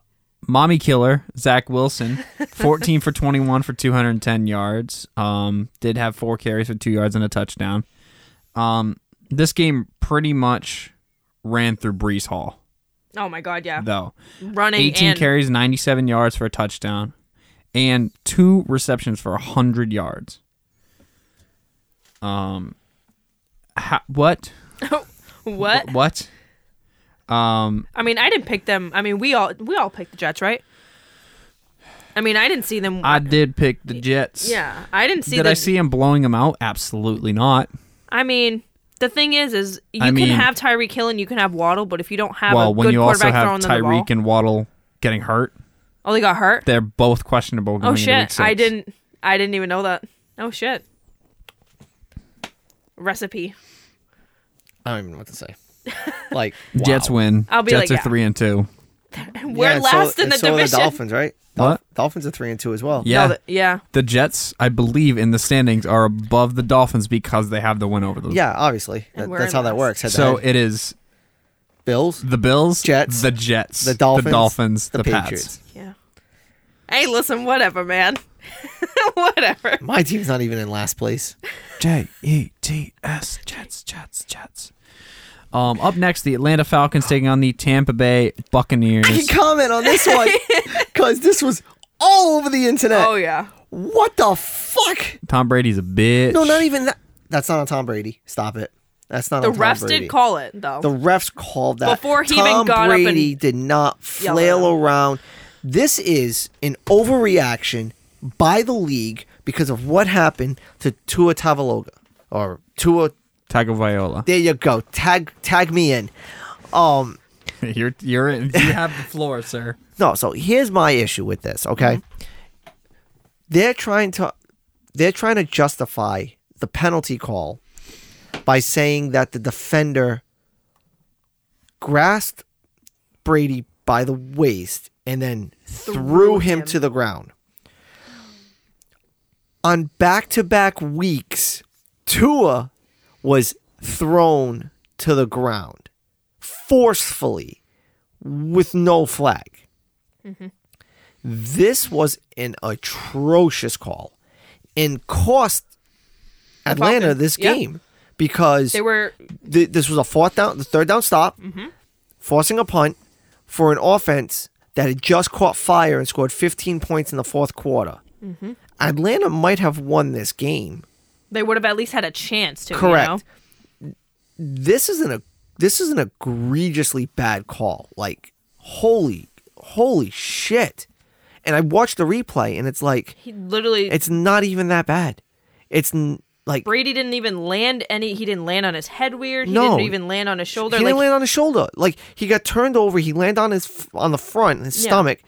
Speaker 2: mommy killer Zach Wilson, 14 for 21 for 210 yards. Um, did have four carries for two yards and a touchdown. Um, this game pretty much ran through Brees Hall,
Speaker 3: Oh my god, yeah.
Speaker 2: though.
Speaker 3: Running
Speaker 2: 18
Speaker 3: and
Speaker 2: carries, 97 yards for a touchdown, and two receptions for 100 yards. Um, ha- what?
Speaker 3: what?
Speaker 2: Wh- What? Um,
Speaker 3: I mean, I didn't pick them. I mean, we all we all picked the Jets, right? I mean, I didn't see them.
Speaker 2: I did pick the Jets.
Speaker 3: yeah, I didn't see.
Speaker 2: Did
Speaker 3: them.
Speaker 2: I see him blowing them out? Absolutely not.
Speaker 3: I mean, the thing is, is you
Speaker 2: I
Speaker 3: can
Speaker 2: mean-
Speaker 3: have Tyreek Hill and you can have Waddle, but if you don't have
Speaker 2: well,
Speaker 3: a
Speaker 2: when
Speaker 3: good
Speaker 2: you also
Speaker 3: quarterback
Speaker 2: have
Speaker 3: throwing them the ball,
Speaker 2: Tyreek and Waddle getting hurt,
Speaker 3: oh, they got hurt.
Speaker 2: they're both questionable. Going
Speaker 3: Oh
Speaker 2: into week
Speaker 3: shit! I
Speaker 2: six.
Speaker 3: didn't. I didn't even know that. Oh shit. Recipe.
Speaker 1: I don't even know what to say. Like
Speaker 2: Jets
Speaker 1: wow.
Speaker 2: win.
Speaker 3: I'll be
Speaker 2: Jets
Speaker 3: like,
Speaker 2: are
Speaker 3: yeah.
Speaker 2: three and two.
Speaker 3: We're
Speaker 1: and so-
Speaker 3: last in
Speaker 1: and
Speaker 3: the
Speaker 1: so are
Speaker 3: division.
Speaker 1: The Dolphins, right? Dol-
Speaker 2: What?
Speaker 1: Dolphins are three and two as well.
Speaker 2: Yeah.
Speaker 3: No, the- yeah.
Speaker 2: the Jets, I believe, in the standings are above the Dolphins because they have the win over them.
Speaker 1: Yeah, obviously.
Speaker 3: And
Speaker 1: That-
Speaker 3: we're
Speaker 1: that's how that
Speaker 3: last.
Speaker 1: works. Head
Speaker 2: So
Speaker 1: to head.
Speaker 2: it is
Speaker 1: Bills,
Speaker 2: the Bills,
Speaker 1: Jets,
Speaker 2: the Jets,
Speaker 1: the Dolphins,
Speaker 2: the Dolphins, the, Pats.
Speaker 1: Patriots.
Speaker 3: Yeah. Hey, listen, whatever, man. whatever.
Speaker 1: My team's not even in last place.
Speaker 2: J E T S Jets Jets Jets. Um, up next, the Atlanta Falcons taking on the Tampa Bay
Speaker 1: I can
Speaker 2: Buccaneers.
Speaker 1: comment on this one because this was all over the internet.
Speaker 3: Oh yeah.
Speaker 1: What the fuck?
Speaker 2: Tom Brady's a bitch.
Speaker 1: No, not even that. That's not on Tom Brady. Stop it. That's not
Speaker 3: The
Speaker 1: on Tom
Speaker 3: refs
Speaker 1: Brady.
Speaker 3: did call it though.
Speaker 1: The refs called that.
Speaker 3: Before he even
Speaker 1: Tom
Speaker 3: got up
Speaker 1: Brady
Speaker 3: and
Speaker 1: did not
Speaker 3: yelled
Speaker 1: flail
Speaker 3: at
Speaker 1: around. This is an overreaction by the league because of what happened to Tua Tavaloga or Tua.
Speaker 2: Tago Viola.
Speaker 1: There you go. Tag tag me in. Um.
Speaker 2: You're you're in. You have the floor, sir.
Speaker 1: No, so here's my issue with this, okay? Mm-hmm. They're trying to they're trying to justify the penalty call by saying that the defender grasped Brady by the waist and then threw, him,
Speaker 3: him.
Speaker 1: to the ground. On back-to-back weeks, Tua was thrown to the ground forcefully with no flag.
Speaker 3: Mm-hmm.
Speaker 1: This was an atrocious call and cost Atlanta
Speaker 3: Falcons,
Speaker 1: this
Speaker 3: yeah.
Speaker 1: game because
Speaker 3: they were Mm-hmm.
Speaker 1: th- this was a fourth down, the third down stop, forcing a punt for an offense that had just caught fire and scored 15 points in the fourth quarter.
Speaker 3: Mm-hmm.
Speaker 1: Atlanta might have won this game.
Speaker 3: they would have at least had a chance to. you
Speaker 1: Correct.
Speaker 3: know?
Speaker 1: This isn't a this is an egregiously bad call. Like holy holy shit. And I watched the replay and it's like
Speaker 3: He literally
Speaker 1: it's not even that bad. It's n- like
Speaker 3: Brady didn't even land any. He didn't land on his head weird. He
Speaker 1: No.
Speaker 3: didn't even land on his shoulder.
Speaker 1: He
Speaker 3: like
Speaker 1: didn't land on his shoulder. Like he got turned over. He landed on his f- on the front, his
Speaker 3: Yeah.
Speaker 1: stomach,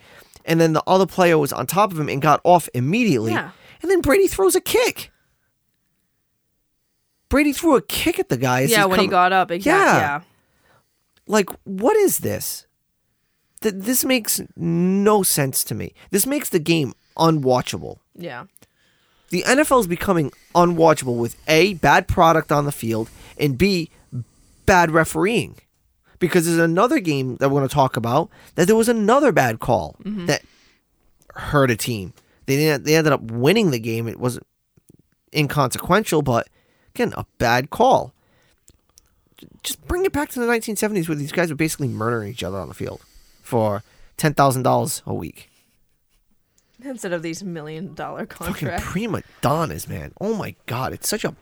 Speaker 1: and then the other player was on top of him and got off immediately.
Speaker 3: Yeah.
Speaker 1: And then Brady throws a kick. Brady threw a kick at the guy. as
Speaker 3: yeah,
Speaker 1: he's
Speaker 3: when he
Speaker 1: coming-
Speaker 3: got up. Exactly.
Speaker 1: Yeah.
Speaker 3: Yeah.
Speaker 1: like, what is this? Th- this makes no sense to me. This makes the game unwatchable.
Speaker 3: Yeah.
Speaker 1: The NFL is becoming unwatchable with A, bad product on the field, and B, bad refereeing. Because there's another game that we're going to talk about that there was another bad call that hurt a team. They didn't, they ended up winning the game. It wasn't inconsequential, but again, a bad call. J- Just bring it back to the 1970s where these guys were basically murdering each other on the field for $10,000 a week.
Speaker 3: Instead of these million dollar
Speaker 1: fucking
Speaker 3: contracts.
Speaker 1: prima donnas, man. Oh my god, it's such a,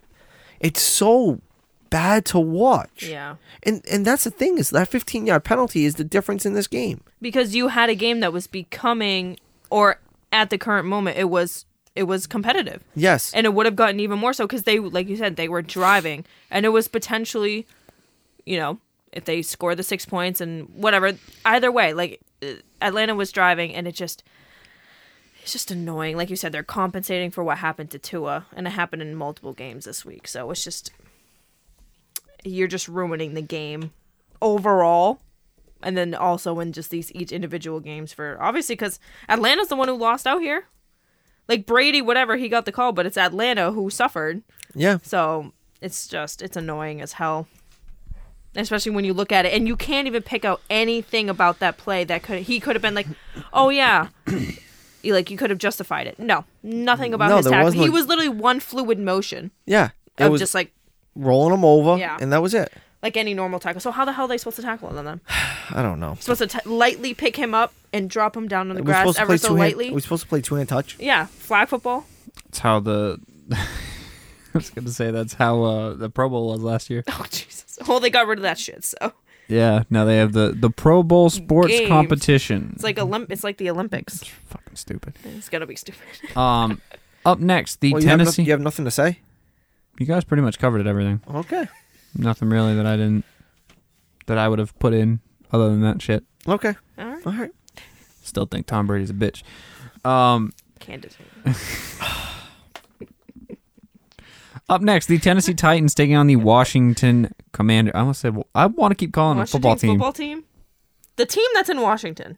Speaker 1: it's so bad to watch.
Speaker 3: Yeah.
Speaker 1: And and that's the thing is that 15 yard penalty is the difference in this game.
Speaker 3: because you had a game that was becoming or at the current moment it was it was competitive
Speaker 1: Yes.
Speaker 3: and it would have gotten even more so because they like you said they were driving and it was potentially you know if they scored the six points and whatever either way like uh, atlanta was driving and it just it's just annoying like you said they're compensating for what happened to tua and it happened in multiple games this week so it's just you're just ruining the game overall and then also in just these each individual games for obviously because atlanta's the one who lost out here like brady whatever he got the call but it's atlanta who suffered
Speaker 1: yeah.
Speaker 3: so it's just it's annoying as hell especially when you look at it and you can't even pick out anything about that play that could he could have been like oh yeah You- like you could have justified it no nothing about
Speaker 1: No,
Speaker 3: his
Speaker 1: there
Speaker 3: tackle
Speaker 1: was no-
Speaker 3: he was literally one fluid motion
Speaker 1: Yeah. It
Speaker 3: of
Speaker 1: was
Speaker 3: just like
Speaker 1: rolling them over,
Speaker 3: Yeah.
Speaker 1: and that was it.
Speaker 3: like any normal tackle so how the hell are they supposed to tackle him then
Speaker 1: I don't know.
Speaker 3: supposed to t- lightly pick him up and drop him down on the
Speaker 1: We're
Speaker 3: grass
Speaker 1: supposed to
Speaker 3: ever
Speaker 1: play
Speaker 3: so
Speaker 1: two hand-
Speaker 3: lightly.
Speaker 1: We're supposed to play two hand touch.
Speaker 3: Yeah, flag football.
Speaker 2: It's how the. I was gonna say that's how uh, the Pro Bowl was last year.
Speaker 3: Oh Jesus! Well, they got rid of that shit, so
Speaker 2: Yeah, now they have the the Pro Bowl sports
Speaker 3: Games.
Speaker 2: competition.
Speaker 3: it's like Olymp- It's like the Olympics.
Speaker 2: fucking stupid.
Speaker 3: It's gonna be stupid.
Speaker 2: Um, up next, the
Speaker 1: Well, you, have no-
Speaker 2: Tennessee.
Speaker 1: you have nothing to say?
Speaker 2: you guys pretty much covered it, everything.
Speaker 1: Okay.
Speaker 2: Nothing really that I didn't that I would have put in other than that shit.
Speaker 1: Okay.
Speaker 3: All right,
Speaker 1: All right.
Speaker 2: Still think Tom Brady's a bitch. Um,
Speaker 3: candid.
Speaker 2: up next, the Tennessee Titans taking on the Washington Commander. I almost said well, I want to keep calling them a football
Speaker 3: Washington's
Speaker 2: team.
Speaker 3: football team. The team that's in Washington.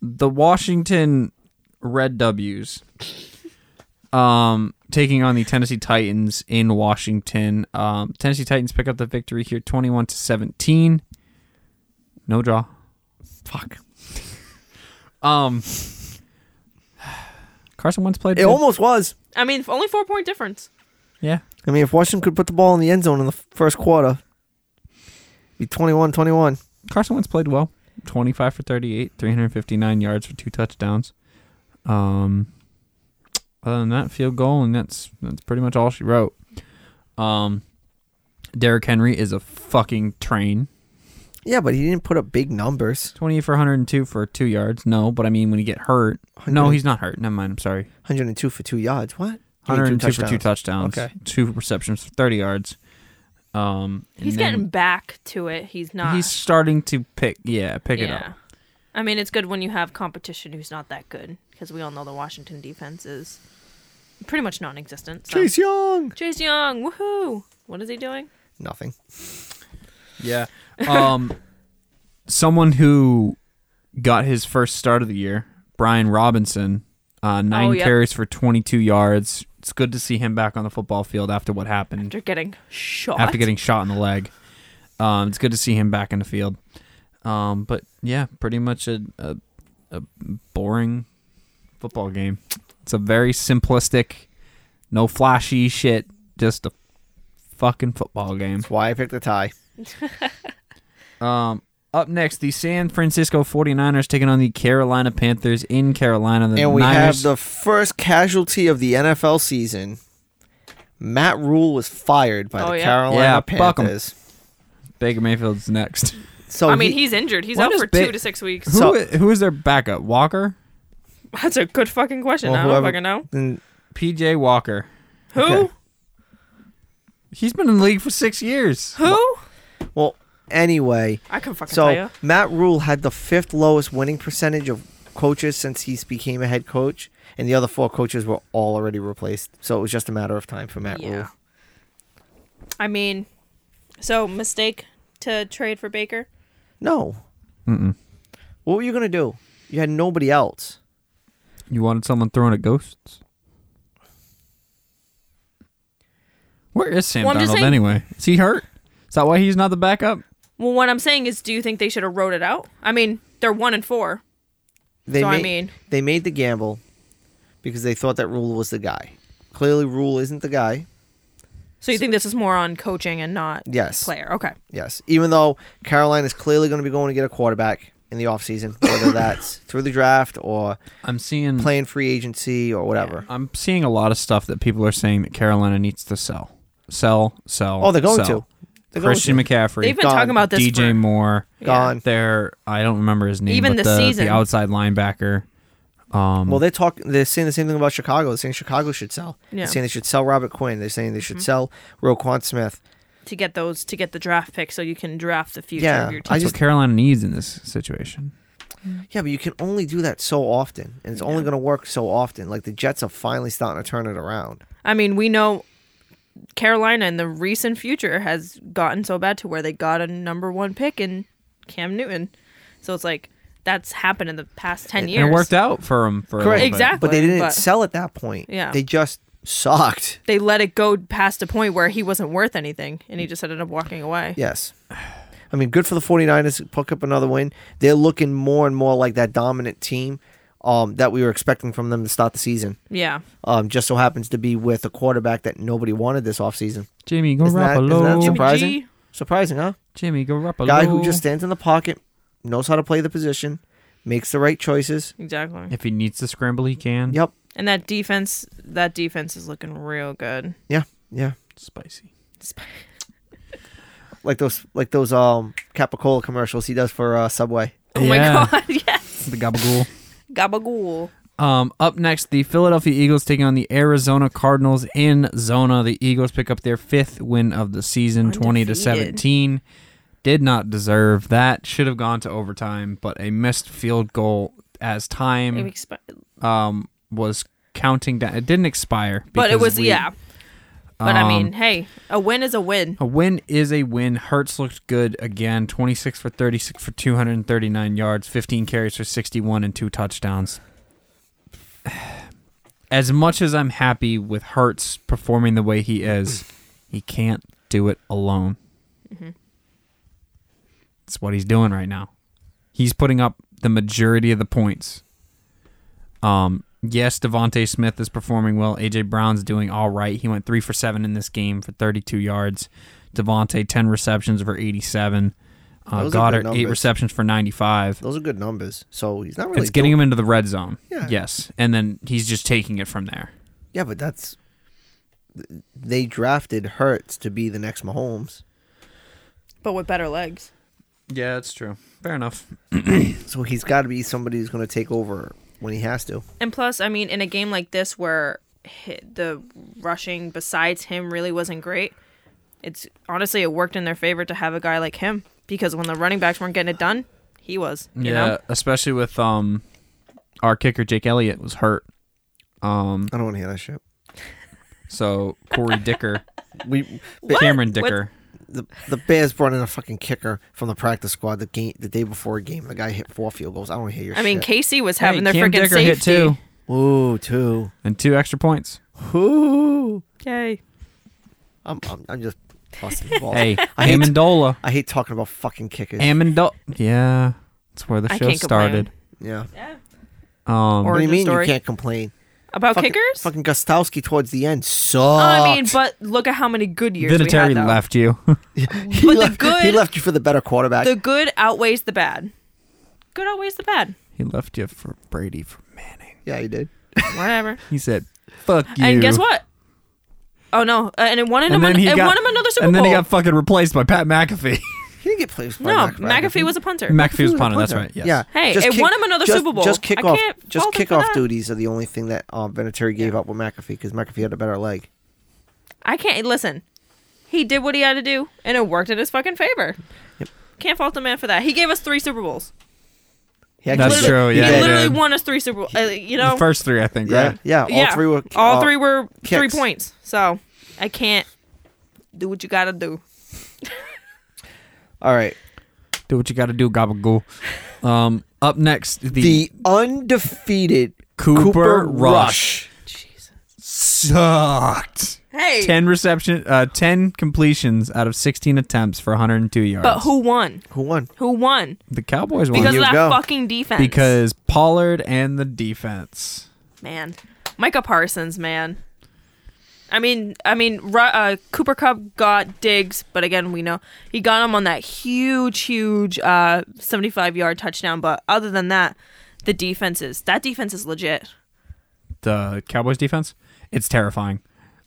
Speaker 2: the Washington Red W's um taking on the Tennessee Titans in Washington. Um Tennessee Titans pick up the victory here 21 to 17. No draw. Fuck. um Carson Wentz played
Speaker 1: It
Speaker 2: good.
Speaker 1: almost was.
Speaker 3: I mean, f- only four point difference.
Speaker 2: Yeah.
Speaker 1: I mean, if Washington could put the ball in the end zone in the f- first quarter, be 21-21.
Speaker 2: Carson Wentz played well. 25 for 38, 359 yards for two touchdowns. Um, other than that, field goal, and that's that's pretty much all she wrote. Um, Derrick Henry is a fucking train.
Speaker 1: Yeah, but he didn't put up big numbers.
Speaker 2: 28 for 102 for two yards. No, but I mean, when you get hurt. No, he's not hurt. Never mind. I'm sorry.
Speaker 1: 102 for two yards. What? He had
Speaker 2: 102 for two touchdowns.
Speaker 1: Okay.
Speaker 2: Two receptions for 30 yards. Um, and
Speaker 3: He's
Speaker 2: then
Speaker 3: getting back to it. He's not.
Speaker 2: He's starting to pick. Yeah, pick it up.
Speaker 3: I mean, it's good when you have competition who's not that good because we all know the Washington defense is pretty much non-existent. So.
Speaker 1: Chase Young.
Speaker 3: Chase Young, woohoo! What is he doing?
Speaker 1: Nothing.
Speaker 2: Mm. Yeah. Um, someone who got his first start of the year, Brian Robinson, uh, nine
Speaker 3: yep.
Speaker 2: carries for 22 yards. It's good to see him back on the football field after what happened,
Speaker 3: After getting shot.
Speaker 2: after getting shot in the leg. Um, it's good to see him back in the field. Um, but yeah, pretty much a, a, a boring football game. It's a very simplistic, no flashy shit, just a fucking football game.
Speaker 1: That's why I picked the tie.
Speaker 2: Um, up next, the San Francisco 49ers taking on the Carolina Panthers in Carolina. The
Speaker 1: And we
Speaker 2: Niners,
Speaker 1: have the first casualty of the NFL season. Matt Rule was fired by
Speaker 3: Oh,
Speaker 1: the
Speaker 3: yeah.
Speaker 1: Carolina
Speaker 2: Yeah, fuck 'em.
Speaker 1: Panthers.
Speaker 2: Baker Mayfield's next.
Speaker 1: So
Speaker 3: I mean,
Speaker 1: he-
Speaker 3: he's injured. He's
Speaker 2: Why
Speaker 3: out
Speaker 2: does
Speaker 3: for
Speaker 2: Ba-
Speaker 3: two to six weeks.
Speaker 2: Who
Speaker 1: So-
Speaker 2: i- who is their backup? Walker,
Speaker 3: That's a good fucking question.
Speaker 1: Well,
Speaker 3: I don't
Speaker 1: whoever-
Speaker 3: fucking know.
Speaker 1: Mm,
Speaker 2: PJ Walker.
Speaker 3: Who?
Speaker 1: okay.
Speaker 2: He's been in the league for six years.
Speaker 3: Who?
Speaker 1: Well, anyway,
Speaker 3: I can fucking tell
Speaker 1: so
Speaker 3: you.
Speaker 1: Matt Rule had the fifth lowest winning percentage of coaches since he became a head coach, and the other four coaches were all already replaced. So it was just a matter of time for Matt
Speaker 3: Yeah.
Speaker 1: Rule.
Speaker 3: I mean, so mistake to trade for Baker.
Speaker 1: No,
Speaker 2: Mm-mm.
Speaker 1: what were you gonna do? You had nobody else.
Speaker 2: You wanted someone throwing at ghosts. Where is Sam
Speaker 3: Well, I'm just
Speaker 2: Donald
Speaker 3: saying-
Speaker 2: anyway? Is he hurt? Is that why he's not the backup?
Speaker 3: Well, what I'm saying is, do you think they should have wrote it out? I mean, they're one and four.
Speaker 1: They
Speaker 3: So, I
Speaker 1: made,
Speaker 3: mean-
Speaker 1: they made the gamble because they thought that Rule was the guy. Clearly, Rule isn't the guy.
Speaker 3: So you think this is more on coaching and not
Speaker 1: Yes.
Speaker 3: player? Okay.
Speaker 1: Yes. Even though Carolina's clearly going to be going to get a quarterback in the offseason, whether that's through the draft or
Speaker 2: I'm seeing.
Speaker 1: playing free agency or whatever.
Speaker 2: I'm seeing a lot of stuff that people are saying that Carolina needs to sell, sell, sell.
Speaker 1: Oh, they're going
Speaker 2: sell.
Speaker 1: to. They're going
Speaker 2: Christian
Speaker 1: to.
Speaker 2: McCaffrey,
Speaker 3: They've been
Speaker 1: gone.
Speaker 3: talking about this
Speaker 2: DJ
Speaker 3: for
Speaker 2: Moore.
Speaker 1: Gone.
Speaker 2: They're I don't remember his name.
Speaker 3: Even
Speaker 2: but
Speaker 3: this
Speaker 2: the,
Speaker 3: season.
Speaker 2: the outside linebacker. Um,
Speaker 1: Well, they're talking. They're saying the same thing about Chicago. They're saying Chicago should sell.
Speaker 3: Yeah. Mm-hmm.
Speaker 1: They're saying they should sell Robert Quinn. They're saying they should sell Roquan Smith.
Speaker 3: to get those to get the draft pick, so you can draft the future
Speaker 1: Yeah,
Speaker 3: of your team.
Speaker 1: I
Speaker 2: that's
Speaker 1: just-
Speaker 2: what Carolina needs in this situation.
Speaker 1: Yeah, but you can only do that so often, and it's only going to work so often. Like the Jets are finally starting to turn it around.
Speaker 3: I mean, we know Carolina in the recent future has gotten so bad to where they got a number one pick in Cam Newton. So it's like that's happened in the past ten years.
Speaker 2: And it worked out for him for a
Speaker 1: Correct.
Speaker 2: little bit.
Speaker 3: Exactly.
Speaker 1: But they didn't
Speaker 3: But-
Speaker 1: sell at that point.
Speaker 3: Yeah.
Speaker 1: they just sucked.
Speaker 3: They let it go past a point where he wasn't worth anything, and he just ended up walking away.
Speaker 1: Yes. I mean, good for the 49ers to pick up another win. They're looking more and more like that dominant team um, that we were expecting from them to start the season.
Speaker 3: Yeah.
Speaker 1: Um, just so happens to be with a quarterback that nobody wanted this offseason.
Speaker 2: Jimmy
Speaker 1: Isn't that, isn't that
Speaker 2: Garoppolo.
Speaker 1: surprising?
Speaker 3: Jimmy G.
Speaker 1: Surprising, huh?
Speaker 2: Jimmy Garoppolo.
Speaker 1: Guy who just stands in the pocket, knows how to play the position, makes the right choices.
Speaker 3: Exactly.
Speaker 2: if he needs to scramble, he can.
Speaker 1: Yep.
Speaker 3: And that defense, that defense is looking real good.
Speaker 1: Yeah. Yeah.
Speaker 2: Spicy.
Speaker 1: Like those, like those um Capicola commercials he does for uh, Subway.
Speaker 3: Oh
Speaker 2: Yeah.
Speaker 3: my god, yes.
Speaker 2: The gabagool.
Speaker 3: Gabagool.
Speaker 2: Um, up next, the Philadelphia Eagles taking on the Arizona Cardinals in Zona. The Eagles pick up their fifth win of the season, twenty to
Speaker 3: Undefeated.
Speaker 2: seventeen. Did not deserve that. Should have gone to overtime, but a missed field goal as time um was counting down. It didn't expire,
Speaker 3: But it
Speaker 2: because
Speaker 3: was
Speaker 2: we- um,
Speaker 3: yeah. But I mean, hey, a win is a win.
Speaker 2: A win is a win. Hertz looked good again. 26 for 36 for 239 yards, 15 carries for 61 and two touchdowns. As much as I'm happy with Hertz performing the way he is, he can't do it alone. That's what he's doing right now. He's putting up the majority of the points. Um, yes, Devonte Smith is performing well. AJ Brown's doing all right. He went three for seven in this game for 32 yards. Devonte 10 receptions for 87.
Speaker 1: Those
Speaker 2: Uh,
Speaker 1: are good
Speaker 2: Goddard eight
Speaker 1: numbers.
Speaker 2: receptions for 95.
Speaker 1: Those are good numbers. So he's not really.
Speaker 2: It's getting
Speaker 1: doing-
Speaker 2: him into the red zone.
Speaker 1: Yeah.
Speaker 2: Yes, and then he's just taking it from there.
Speaker 1: Yeah, but that's. They drafted Hertz to be the next Mahomes,
Speaker 3: But with better legs.
Speaker 2: Yeah, that's true. Fair enough.
Speaker 1: so he's got to be somebody who's going to take over when he has to.
Speaker 3: And plus, I mean, in a game like this where hi- the rushing besides him really wasn't great, it's honestly it worked in their favor to have a guy like him because when the running backs weren't getting it done, he was. You
Speaker 2: yeah,
Speaker 3: know?
Speaker 2: especially with um, our kicker Jake Elliott was hurt. Um,
Speaker 1: I don't want to hear that shit.
Speaker 2: so Corey Dicker,
Speaker 1: We
Speaker 2: Cameron
Speaker 3: What?
Speaker 2: Dicker.
Speaker 1: the the Bears brought in a fucking kicker from the practice squad the game the day before a game. The guy hit four field goals. I don't want to hear your
Speaker 3: I mean,
Speaker 1: shit.
Speaker 3: Casey was having
Speaker 2: Hey,
Speaker 3: their
Speaker 2: Cam
Speaker 3: freaking
Speaker 2: Dicker
Speaker 3: safety.
Speaker 2: hit two
Speaker 1: Ooh, two.
Speaker 2: and two extra points.
Speaker 1: Ooh.
Speaker 3: Yay!
Speaker 1: I'm I'm, I'm just busting balls.
Speaker 2: Hey,
Speaker 1: I hate
Speaker 2: Amendola.
Speaker 1: I hate talking about fucking kickers.
Speaker 2: Amendola. Yeah, that's where the
Speaker 3: I
Speaker 2: show
Speaker 3: can't
Speaker 2: started.
Speaker 1: yeah. What
Speaker 2: Um,
Speaker 1: do you
Speaker 3: Origin
Speaker 1: mean
Speaker 3: story.
Speaker 1: you can't complain?
Speaker 3: About
Speaker 1: Fucking-
Speaker 3: kickers.
Speaker 1: Fucking Gostowski towards the end sucked.
Speaker 3: Oh, I mean, but look at how many good years we
Speaker 2: Uh,
Speaker 3: had.
Speaker 2: Vinatieri
Speaker 3: Though.
Speaker 2: left you.
Speaker 1: he,
Speaker 3: but the
Speaker 1: left, he
Speaker 3: good-
Speaker 1: left you for the better quarterback.
Speaker 3: The good outweighs the bad. Good outweighs the bad.
Speaker 2: he left you for Brady for Manning.
Speaker 1: yeah, he did.
Speaker 3: Whatever.
Speaker 2: He said, "Fuck you."
Speaker 3: And guess what? Oh no! Uh, and it won him.
Speaker 2: And then
Speaker 3: an,
Speaker 2: he
Speaker 3: it
Speaker 2: got,
Speaker 3: won him another Super
Speaker 2: and then
Speaker 3: Bowl.
Speaker 2: he got fucking replaced by Pat McAfee.
Speaker 1: He didn't get plays.
Speaker 3: no, McAfee was a punter.
Speaker 2: McAfee was
Speaker 1: a
Speaker 2: punting. That's
Speaker 1: punter.
Speaker 2: right. Yes.
Speaker 1: Yeah.
Speaker 3: Hey, it won him another
Speaker 1: just-
Speaker 3: Super Bowl.
Speaker 1: Just kick
Speaker 3: I
Speaker 1: off.
Speaker 3: can't
Speaker 1: just
Speaker 3: fault him
Speaker 1: kick
Speaker 3: for
Speaker 1: off
Speaker 3: that.
Speaker 1: duties are the only thing that um, Vinatieri gave up with McAfee because McAfee had a better leg.
Speaker 3: I can't listen. He did what he had to do, and it worked in his fucking favor. Can't fault the man for that. He gave us three Super Bowls.
Speaker 1: He
Speaker 2: That's
Speaker 1: actually-
Speaker 2: true,
Speaker 1: he
Speaker 2: yeah,
Speaker 3: he
Speaker 1: did.
Speaker 3: literally
Speaker 2: did.
Speaker 3: won us three Super Bowls. Uh, you know,
Speaker 2: The first three, I think.
Speaker 1: Yeah,
Speaker 2: Right.
Speaker 1: yeah. All
Speaker 3: yeah,
Speaker 1: three were.
Speaker 3: all three were three
Speaker 1: kicks.
Speaker 3: points. So I can't do what you gotta do.
Speaker 1: All right.
Speaker 2: Do what you got to do, gabagool. Um, up next, the,
Speaker 1: The undefeated
Speaker 2: Cooper, Rush.
Speaker 3: Jesus.
Speaker 2: sucked.
Speaker 3: Hey,
Speaker 2: Ten reception, uh, ten completions out of sixteen attempts for 102 yards.
Speaker 3: but who won?
Speaker 1: Who won?
Speaker 3: Who won?
Speaker 2: The Cowboys won
Speaker 3: Because
Speaker 1: you
Speaker 3: of that
Speaker 1: go.
Speaker 3: fucking defense.
Speaker 2: because Pollard and the defense.
Speaker 3: man, Micah Parsons, man. I mean, I mean, Ru- uh, Cooper Cup got Diggs, but again, we know he got him on that huge, huge uh, seventy-five yard touchdown. But other than that, the defense is that defense is legit.
Speaker 2: The Cowboys defense. It's terrifying.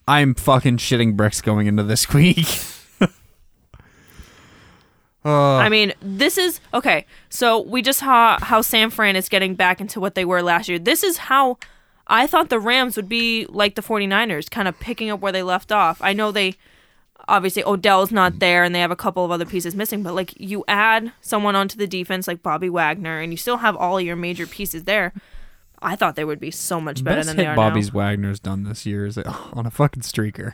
Speaker 2: I'm fucking shitting bricks going into this week.
Speaker 3: I mean, this is okay. So we just saw how San Fran is getting back into what they were last year. This is how I thought the Rams would be like the 49ers, kind of picking up where they left off. I know they obviously Odell's not there and they have a couple of other pieces missing, but like you add someone onto the defense like Bobby Wagner and you still have all your major pieces there. I thought they would be so much better
Speaker 2: Best
Speaker 3: than
Speaker 2: hit
Speaker 3: they are
Speaker 2: Bobby's
Speaker 3: now.
Speaker 2: Wagner's done this year is on a fucking streaker.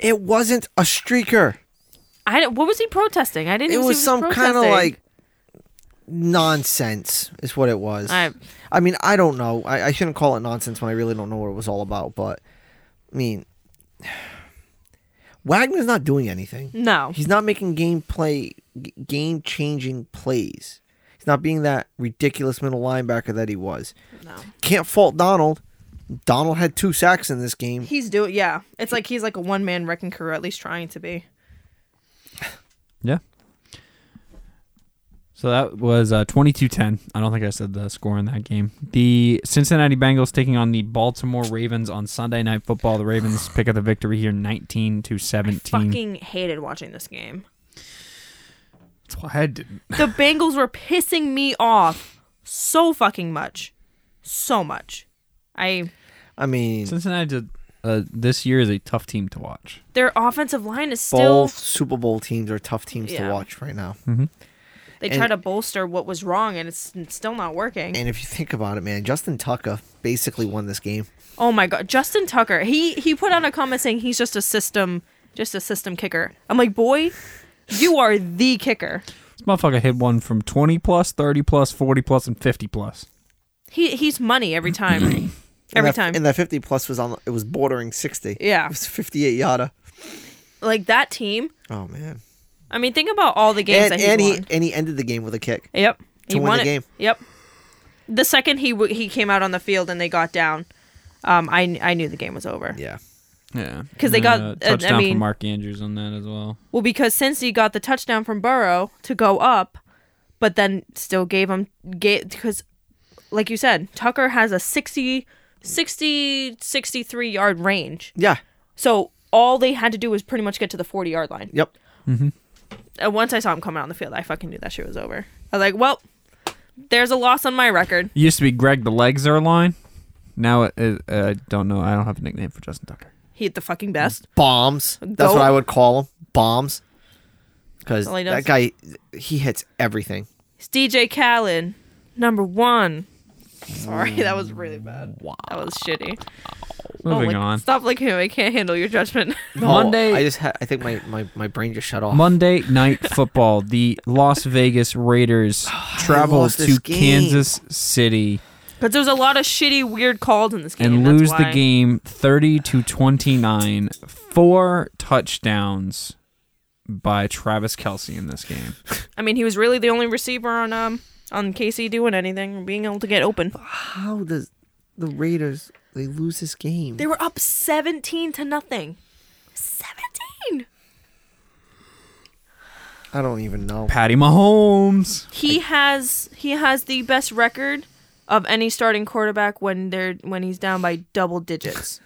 Speaker 1: It wasn't a streaker.
Speaker 3: I didn't- what was he protesting? I didn't.
Speaker 1: It
Speaker 3: even see
Speaker 1: was
Speaker 3: what
Speaker 1: some
Speaker 3: he was
Speaker 1: kind of
Speaker 3: protesting.
Speaker 1: like nonsense. Is what it was.
Speaker 3: I-
Speaker 1: I mean, I don't know. I, I shouldn't call it nonsense when I really don't know what it was all about. But I mean, Wagner's not doing anything.
Speaker 3: no.
Speaker 1: He's not making game play, g- game changing plays. He's not being that ridiculous middle linebacker that he was.
Speaker 3: No.
Speaker 1: Can't fault Donald. Donald had two sacks in this game.
Speaker 3: He's doing, yeah. It's like he's like a one man wrecking crew, at least trying to be.
Speaker 2: Yeah. So that was uh, 22-10. I don't think I said the score in that game. The Cincinnati Bengals taking on the Baltimore Ravens on Sunday Night Football. The Ravens pick up the victory here, 19 to 17.
Speaker 3: Fucking hated watching this game.
Speaker 2: That's why I didn't.
Speaker 3: The Bengals were pissing me off so fucking much. So much. I
Speaker 1: I mean,
Speaker 2: Cincinnati did, uh, this year is a tough team to watch.
Speaker 3: their offensive line is still
Speaker 1: both Super Bowl teams are tough teams
Speaker 3: Yeah.
Speaker 1: to watch right now.
Speaker 3: They
Speaker 1: And-
Speaker 3: try to bolster what was wrong, and it's, it's still not working.
Speaker 1: And if you think about it, man, Justin Tucker basically won this game.
Speaker 3: oh my god, Justin Tucker. He he put out a comment saying he's just a system, just a system kicker. I'm like, boy, you are the kicker.
Speaker 2: This motherfucker hit one from 20 plus, 30 plus, 40 plus, and 50 plus.
Speaker 3: He he's money every time,
Speaker 1: And
Speaker 3: every
Speaker 1: that-
Speaker 3: time.
Speaker 1: And that 50 plus was on. It was bordering 60.
Speaker 3: Yeah.
Speaker 1: It was 58 yada.
Speaker 3: like that team.
Speaker 1: Oh man.
Speaker 3: I mean, think about all the games
Speaker 1: And,
Speaker 3: that he's
Speaker 1: and he
Speaker 3: won.
Speaker 1: and he ended the game with a kick.
Speaker 3: Yep. he
Speaker 1: win
Speaker 3: won
Speaker 1: the
Speaker 3: it.
Speaker 1: game.
Speaker 3: Yep. The second he w- he came out on the field and they got down, um, I I knew the game was over.
Speaker 1: Yeah.
Speaker 2: Yeah.
Speaker 3: 'Cause they
Speaker 2: And,
Speaker 3: got-
Speaker 2: uh,
Speaker 3: uh, I
Speaker 2: touchdown
Speaker 3: mean-
Speaker 2: from Mark Andrews on that as well.
Speaker 3: Well, because since he got the touchdown from Burrow to go up, but then still gave him gave because, like you said, Tucker has a 60, 60 63 yard range.
Speaker 1: Yeah.
Speaker 3: So all they had to do was pretty much get to the forty yard line.
Speaker 1: Yep.
Speaker 3: And once I saw him coming out on the field, I fucking knew that shit was over. I was like, well, there's a loss on my record.
Speaker 2: It used to be Greg the Legs are line. Now it, it, uh, I don't know. I don't have a nickname for Justin Tucker.
Speaker 3: He hit the fucking best.
Speaker 1: Bombs. That's
Speaker 3: Go-
Speaker 1: what I would call them. Bombs. Because
Speaker 3: All he
Speaker 1: that
Speaker 3: does.
Speaker 1: guy, he hits everything.
Speaker 3: It's DJ Khaled, number one. Sorry, that was really bad. Wow. That was shitty.
Speaker 2: Moving
Speaker 3: like,
Speaker 2: on.
Speaker 3: Stop looking at me. I can't handle your judgment.
Speaker 1: No,
Speaker 2: Monday-
Speaker 1: Oh, I just had. I think my, my my brain just shut off.
Speaker 2: Monday Night Football. The Las Vegas Raiders travel
Speaker 1: lost this
Speaker 2: to
Speaker 1: game.
Speaker 2: Kansas City
Speaker 3: Because there's a lot of shitty, weird calls in this game.
Speaker 2: and
Speaker 3: that's
Speaker 2: lose the
Speaker 3: why.
Speaker 2: game 30 to 29. Four touchdowns by Travis Kelsey in this game.
Speaker 3: I mean, he was really the only receiver on um on KC doing anything, being able to get open.
Speaker 1: How does the Raiders they lose this game?
Speaker 3: They were up 17 to nothing. 17.
Speaker 1: I don't even know.
Speaker 2: Patty Mahomes.
Speaker 3: He has he has the best record of any starting quarterback when they're when he's down by double digits.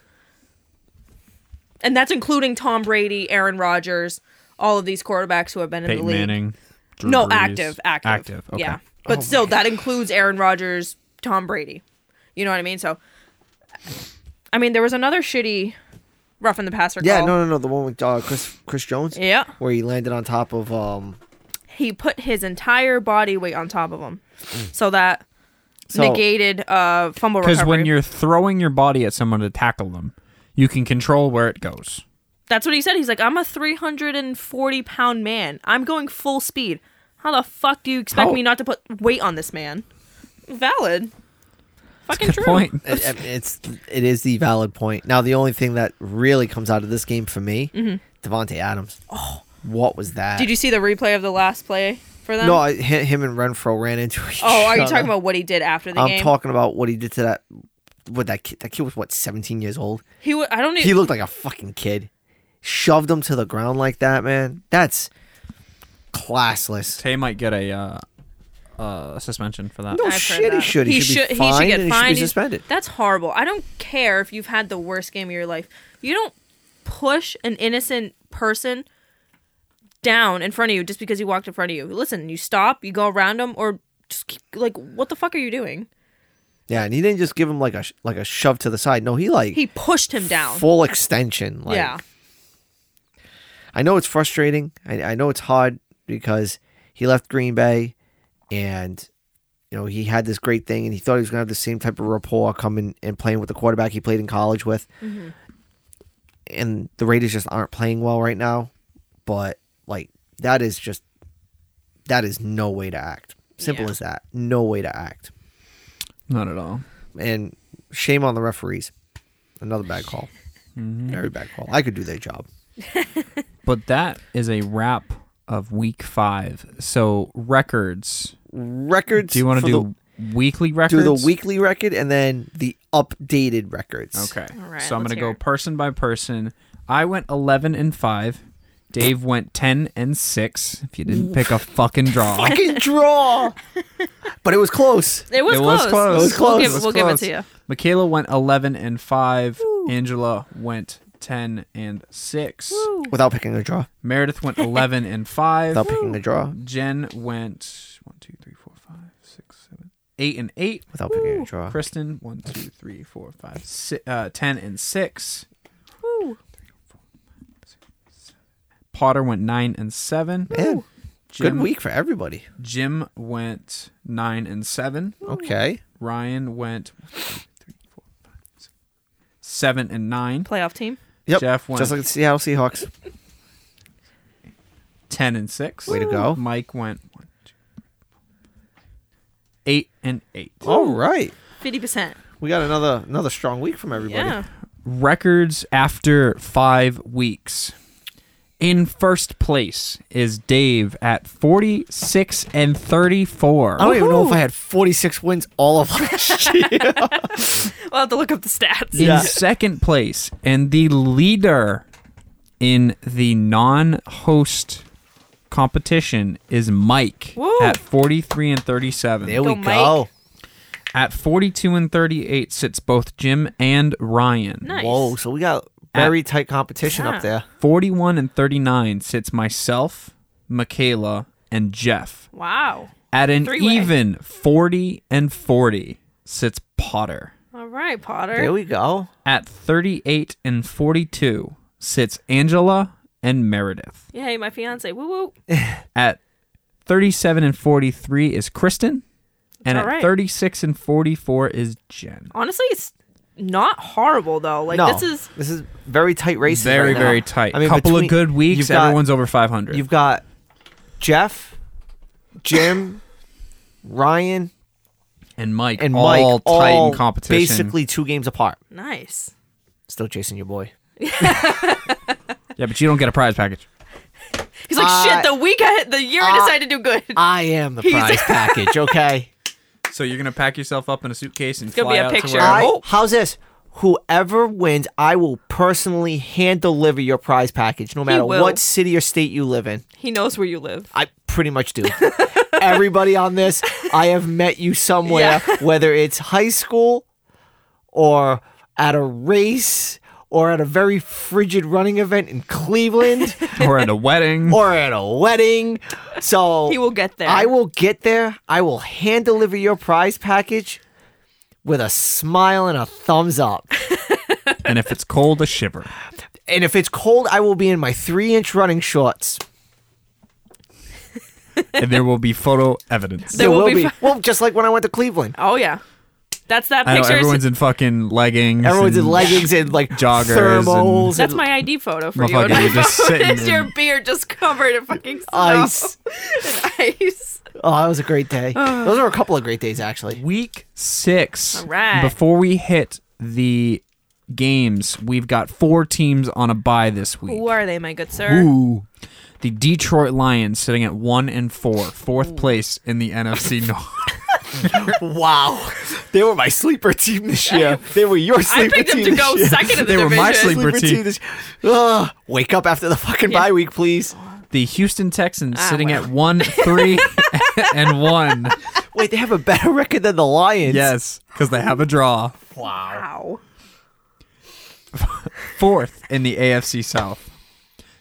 Speaker 3: and that's including Tom Brady, Aaron Rodgers, all of these quarterbacks who have been in
Speaker 2: Peyton
Speaker 3: the league.
Speaker 2: Manning. Drew
Speaker 3: No,
Speaker 2: Brees.
Speaker 3: active, active.
Speaker 2: Active. Okay. Oh
Speaker 3: Yeah. But still that includes Aaron Rodgers, Tom Brady. You know what I mean? So I mean there was another shitty rough in the passer
Speaker 1: Yeah,
Speaker 3: call.
Speaker 1: no, no, no. The one with uh, Chris Chris Jones.
Speaker 3: Yeah.
Speaker 1: Where he landed on top of um.
Speaker 3: He put his entire body weight on top of him. So that
Speaker 1: So,
Speaker 3: negated uh fumble recovery.
Speaker 2: Because when you're throwing your body at someone to tackle them, you can control where it goes.
Speaker 3: That's what he said. He's like, I'm a 340 pound man. I'm going full speed. How the fuck do you expect
Speaker 2: How-
Speaker 3: me not to put weight on this man? Valid. Fucking
Speaker 2: Good
Speaker 3: true.
Speaker 2: point.
Speaker 1: it- it- it's it is the valid point. Now the only thing that really comes out of this game for me, Devonte Adams. Oh, what was that?
Speaker 3: Mm-hmm. Did you see the replay of the last play for them?
Speaker 1: No, I, hi- him and Renfro ran into each
Speaker 3: oh, are you
Speaker 1: other.
Speaker 3: talking about what he did after the
Speaker 1: I'm
Speaker 3: game?
Speaker 1: talking about what he did to that. What that kid? That kid was what 17 years old.
Speaker 3: he wa- I don't e,
Speaker 1: He
Speaker 3: even.
Speaker 1: looked like a fucking kid. Shoved him to the ground like that, man. That's classless.
Speaker 2: Tay might get a uh, uh, suspension for that.
Speaker 1: No
Speaker 3: I've heard
Speaker 1: shit, he
Speaker 3: that.
Speaker 1: should. Oh, He, should, be
Speaker 3: he
Speaker 1: fined
Speaker 3: should get
Speaker 1: and
Speaker 3: fined.
Speaker 1: He should be
Speaker 3: He's-
Speaker 1: suspended.
Speaker 3: That's horrible. I don't care if you've had the worst game of your life. You don't push an innocent person down in front of you just because he walked in front of you. Listen, you stop, you go around him, or just keep, like, what the fuck are you doing?
Speaker 1: Yeah, and he didn't just give him like a sh- like a shove to the side. No, he like
Speaker 3: He pushed him down.
Speaker 1: full extension. Like,
Speaker 3: yeah.
Speaker 1: I know it's frustrating. I, I know it's hard because he left Green Bay and you know he had this great thing and he thought he was gonna have the same type of rapport coming and playing with the quarterback he played in college with. And the Raiders just aren't playing well right now. But like that is just that is no way to act. Simple
Speaker 3: Yeah.
Speaker 1: as that. No way to act.
Speaker 2: Not at all.
Speaker 1: And shame on the referees. Another bad call.
Speaker 2: Mm-hmm.
Speaker 1: Very bad call. I could do their job.
Speaker 2: But that is a wrap of week five. So records.
Speaker 1: Records.
Speaker 2: Do you want
Speaker 1: for
Speaker 2: to
Speaker 1: the-
Speaker 2: do weekly records?
Speaker 1: do the weekly record and then the updated records.
Speaker 2: Okay.
Speaker 3: All right,
Speaker 2: so I'm
Speaker 3: let's
Speaker 2: gonna
Speaker 3: hear
Speaker 2: go
Speaker 3: it.
Speaker 2: person by person. I went 11 and five. Dave went 10 and six. If you didn't pick a fucking draw.
Speaker 1: Fucking draw. but it was close.
Speaker 3: It was,
Speaker 2: it
Speaker 3: close.
Speaker 2: was close.
Speaker 1: It was close.
Speaker 3: We'll, give,
Speaker 1: It was
Speaker 3: we'll give it
Speaker 2: close.
Speaker 3: to you.
Speaker 2: Michaela went 11 and five. Angela went 10 and six.
Speaker 1: Without picking a draw.
Speaker 2: Meredith went 11 and five.
Speaker 1: Without picking a draw.
Speaker 2: Jen went one, two, three, four, five, six, seven, eight and eight.
Speaker 1: Without picking a draw.
Speaker 2: Kristen, one, two, three, four, five, si- uh, ten and six.
Speaker 3: Woo.
Speaker 2: Potter went nine and seven.
Speaker 1: Man,
Speaker 2: Jim,
Speaker 1: Good week for everybody.
Speaker 2: Jim went nine and seven.
Speaker 1: Okay.
Speaker 2: Ryan went one, two, three, four, five, six, seven and nine.
Speaker 3: Playoff team.
Speaker 1: Yep.
Speaker 2: Jeff went
Speaker 1: Just like the Seattle Seahawks.
Speaker 2: ten and six.
Speaker 1: Way to go.
Speaker 2: Mike went one, two, eight and eight.
Speaker 1: All right.
Speaker 3: Fifty percent.
Speaker 1: We got another another strong week from everybody.
Speaker 3: Yeah.
Speaker 2: records after five weeks. In first place is Dave at 46 and 34.
Speaker 1: I don't even know if I had 46 wins all of last year.
Speaker 3: We'll have to look up the stats.
Speaker 2: in second place and the leader in the non-host competition is Mike
Speaker 3: Woo.
Speaker 2: at 43 and 37.
Speaker 1: there
Speaker 3: Go,
Speaker 1: we
Speaker 3: Mike.
Speaker 1: go.
Speaker 2: At 42 and 38 sits both Jim and Ryan.
Speaker 3: Nice.
Speaker 1: Whoa. So we got very tight competition
Speaker 3: Yeah.
Speaker 1: up there.
Speaker 2: 41 and 39 sits myself, Michaela, and Jeff.
Speaker 3: Wow.
Speaker 2: At an
Speaker 3: Three-way.
Speaker 2: even 40 and 40 sits Potter.
Speaker 3: All right, Potter.
Speaker 1: There we go.
Speaker 2: At 38 and 42 sits Angela and Meredith.
Speaker 3: Yay, my fiance. Woo woo.
Speaker 2: At 37 and 43 is Kristen. And
Speaker 3: all
Speaker 2: at
Speaker 3: right.
Speaker 2: 36 and 44 is Jen.
Speaker 3: Honestly, it's not horrible though. Like
Speaker 1: no,
Speaker 3: this is
Speaker 1: this is very tight race.
Speaker 2: Very, very tight. A
Speaker 1: I mean,
Speaker 2: couple
Speaker 1: between-
Speaker 2: of good weeks.
Speaker 1: you've got-
Speaker 2: everyone's over 500.
Speaker 1: You've got Jeff, Jim, Ryan,
Speaker 2: and Mike,
Speaker 1: and Mike.
Speaker 2: all tight
Speaker 1: all
Speaker 2: in competition.
Speaker 1: Basically two games apart.
Speaker 3: nice.
Speaker 1: Still chasing your boy.
Speaker 2: Yeah, but you don't get a prize package.
Speaker 3: He's like,
Speaker 2: Uh,
Speaker 1: I-
Speaker 3: shit. The week, I, the year, I
Speaker 1: I-
Speaker 3: decided to do good.
Speaker 1: I am the
Speaker 3: He's-
Speaker 1: prize package, okay?
Speaker 2: So you're going to pack yourself up in a suitcase and
Speaker 3: gonna
Speaker 2: fly
Speaker 3: be a
Speaker 2: out to
Speaker 3: picture.
Speaker 2: where...
Speaker 1: I-
Speaker 3: Oh.
Speaker 1: How's this? Whoever wins, I will personally hand deliver your prize package, no matter
Speaker 3: will.
Speaker 1: what city or state you live in.
Speaker 3: he knows where you live.
Speaker 1: I pretty much do. Everybody on this, I have met you somewhere, whether it's high school or at a race or at a very frigid running event in Cleveland
Speaker 2: or at a wedding.
Speaker 1: or at a wedding. So
Speaker 3: He will get there.
Speaker 1: I will get there. I will hand deliver your prize package with a smile and a thumbs up.
Speaker 2: and if it's cold, a shiver.
Speaker 1: And if it's cold, I will be in my three inch running shorts.
Speaker 2: and there will be photo evidence.
Speaker 3: There will be fi-
Speaker 1: Well, just like when I went to Cleveland.
Speaker 3: Oh yeah. That's that
Speaker 2: I know
Speaker 3: picture.
Speaker 2: everyone's in fucking leggings.
Speaker 1: Everyone's in
Speaker 2: and
Speaker 1: leggings and like
Speaker 2: joggers and-
Speaker 1: thermals.
Speaker 3: That's
Speaker 1: and
Speaker 3: my ID photo for you.
Speaker 2: Motherfucker,
Speaker 3: on my
Speaker 2: you're just
Speaker 3: phone.
Speaker 2: sitting
Speaker 3: It's your
Speaker 2: in-
Speaker 3: beard just covered in fucking snow
Speaker 1: Ice.
Speaker 3: and ice.
Speaker 1: Oh, that was a great day. Those were a couple of great days, actually.
Speaker 2: Week six.
Speaker 3: All right.
Speaker 2: Before we hit the games, we've got four teams on a bye this week.
Speaker 3: Who are they, my good sir?
Speaker 2: Ooh. The Detroit Lions sitting at one and four, fourth place in the NFC North.
Speaker 1: Wow, they were my sleeper team this year. They were your sleeper
Speaker 3: I picked them
Speaker 1: team
Speaker 3: to
Speaker 1: this
Speaker 3: go
Speaker 1: year.
Speaker 3: second in the
Speaker 2: They were
Speaker 3: division.
Speaker 2: my sleep-
Speaker 1: Sleeper
Speaker 2: Sleeper
Speaker 1: team
Speaker 2: team.
Speaker 1: this. Ugh, wake up after the fucking bye week, please.
Speaker 2: The Houston Texans
Speaker 3: Ah,
Speaker 2: sitting
Speaker 3: well.
Speaker 2: at one, three, and one.
Speaker 1: Wait, they have a better record than the Lions.
Speaker 2: Yes, because they have a draw.
Speaker 1: Wow.
Speaker 3: Wow.
Speaker 2: fourth in the AFC South.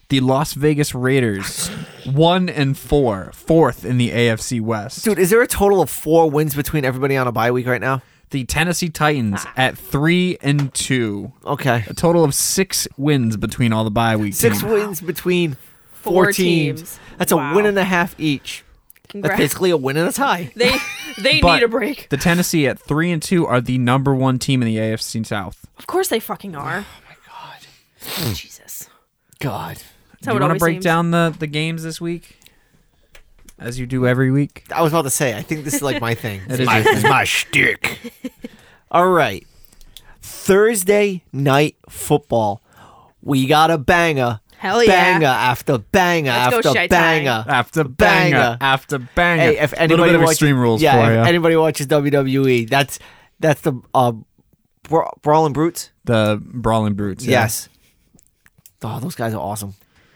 Speaker 2: The Las Vegas Raiders, one and four, fourth in the AFC West.
Speaker 1: Dude, is there a total of four wins between everybody on a bye week right now?
Speaker 2: The Tennessee Titans at three and two,
Speaker 1: Okay.
Speaker 2: a total of six wins between all the bye weeks.
Speaker 1: Six
Speaker 2: And
Speaker 1: wins between four,
Speaker 3: Four
Speaker 1: teams.
Speaker 3: teams.
Speaker 1: That's
Speaker 3: Wow.
Speaker 1: a win and a half each. That's
Speaker 3: Congrats.
Speaker 1: basically a win and a tie.
Speaker 3: They they
Speaker 2: But-
Speaker 3: need a break.
Speaker 2: The Tennessee at three and two are the number one team in the AFC South.
Speaker 3: Of course they fucking are.
Speaker 2: Oh
Speaker 1: God.
Speaker 3: Jesus.
Speaker 1: God.
Speaker 3: That's how
Speaker 2: do
Speaker 3: it
Speaker 2: you wanna
Speaker 3: always
Speaker 2: break
Speaker 3: seems.
Speaker 2: down the, the games this week, as you do every week?
Speaker 1: I was about to say, I think this is like my thing.
Speaker 2: It is your thing.
Speaker 1: my shtick. All right. Thursday night football. We got a banger.
Speaker 3: Hell yeah.
Speaker 1: Banger after banger
Speaker 3: Let's go,
Speaker 1: after
Speaker 3: Shay Tai.
Speaker 1: banger.
Speaker 2: After
Speaker 1: Banger.
Speaker 2: banger, after banger.
Speaker 1: Hey, if
Speaker 2: little
Speaker 1: anybody
Speaker 2: bit of
Speaker 1: watches,
Speaker 2: extreme rules
Speaker 1: yeah,
Speaker 2: for
Speaker 1: if
Speaker 2: you.
Speaker 1: anybody watches WWE, that's that's the uh, Bra- Brawling Brutes.
Speaker 2: the brawling brutes. yeah.
Speaker 1: Yes. Oh, those guys are awesome.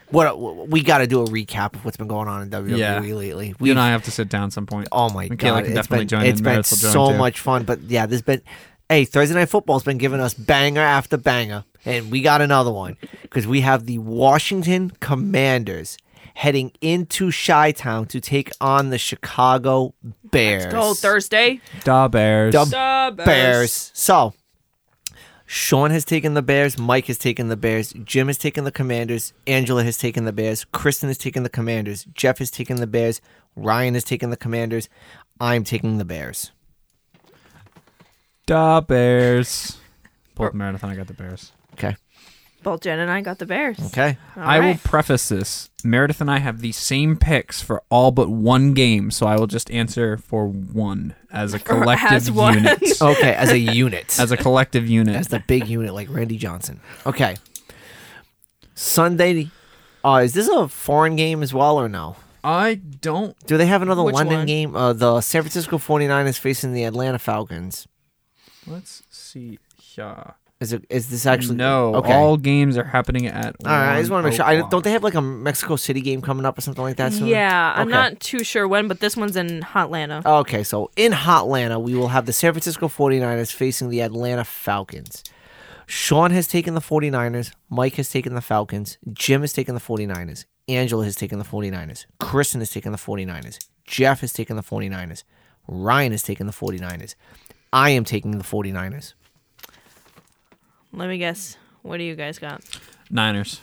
Speaker 1: What a, we got to do a recap of what's been going on in WWE
Speaker 2: Yeah.
Speaker 1: lately.
Speaker 2: You
Speaker 1: We
Speaker 2: and I have to sit down some point.
Speaker 1: Oh my
Speaker 2: Michaela
Speaker 1: god,
Speaker 2: can
Speaker 1: it's
Speaker 2: definitely
Speaker 1: been
Speaker 2: join
Speaker 1: it's
Speaker 2: in.
Speaker 1: been
Speaker 2: Meredith will join
Speaker 1: so
Speaker 2: too.
Speaker 1: much fun. But yeah, there's been hey Thursday night football's been giving us banger after banger, and we got another one because we have the Washington Commanders heading into Chi Town to take on the Chicago Bears.
Speaker 3: Go Thursday.
Speaker 2: Da Bears.
Speaker 1: Dub-
Speaker 3: Da Bears.
Speaker 1: Bears. So Sean has taken the Bears. Mike has taken the Bears. Jim has taken the Commanders. Angela has taken the Bears. Kristen has taken the Commanders. Jeff has taken the Bears. Ryan has taken the Commanders. I'm taking the Bears.
Speaker 2: Da Bears. Both marathon, I got the Bears.
Speaker 1: Okay.
Speaker 3: Both Jen and I got the Bears.
Speaker 1: Okay.
Speaker 3: All
Speaker 2: I will
Speaker 3: right.
Speaker 2: preface this. Meredith and I have the same picks for all but one game, so I will just answer for one as a collective
Speaker 3: as one.
Speaker 2: unit. Oh,
Speaker 1: Okay. As a unit.
Speaker 2: as a collective unit.
Speaker 1: That's the big unit, like Randy Johnson. Okay. Sunday. Uh, is this a foreign game as well or no?
Speaker 2: I don't
Speaker 1: Do they have another
Speaker 3: Which
Speaker 1: London
Speaker 3: one?
Speaker 1: game? Uh, the San Francisco 49ers facing the Atlanta Falcons.
Speaker 2: let's see here.
Speaker 1: Is it? Is this actually
Speaker 2: No,
Speaker 1: Okay.
Speaker 2: all games are happening at
Speaker 1: All right. I just want to make sure. I, don't
Speaker 2: think
Speaker 1: they have like a Mexico City game coming up or something like that? Soon?
Speaker 3: yeah, I'm
Speaker 1: Okay. Oh.
Speaker 3: not too sure when, but this one's in Hotlanta.
Speaker 1: Okay, so in Hotlanta, we will have the San Francisco 49ers facing the Atlanta Falcons. Sean has taken the 49ers. Mike has taken the Falcons. Jim has taken the 49ers. Angela has taken the 49ers. Kristen has taken the 49ers. Jeff has taken the 49ers. Ryan has taken the 49ers. I am taking the 49ers.
Speaker 3: Let me guess. What do you guys got?
Speaker 2: Niners.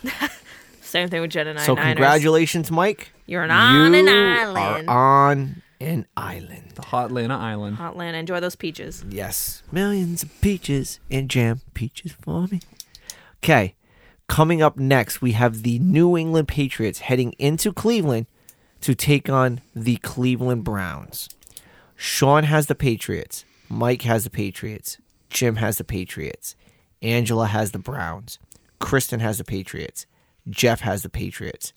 Speaker 3: Same thing with Jen and I.
Speaker 1: So,
Speaker 3: Niners.
Speaker 1: congratulations, Mike.
Speaker 3: You're on
Speaker 1: you
Speaker 3: an
Speaker 1: are
Speaker 3: island.
Speaker 1: on an island.
Speaker 2: The hot Lana Island.
Speaker 3: Hotlanta. Enjoy those peaches.
Speaker 1: Yes. Millions of peaches and jam peaches for me. Okay. Coming up next, we have the New England Patriots heading into Cleveland to take on the Cleveland Browns. Sean has the Patriots. Mike has the Patriots. Jim has the Patriots. Angela has the Browns. Kristen has the Patriots. Jeff has the Patriots.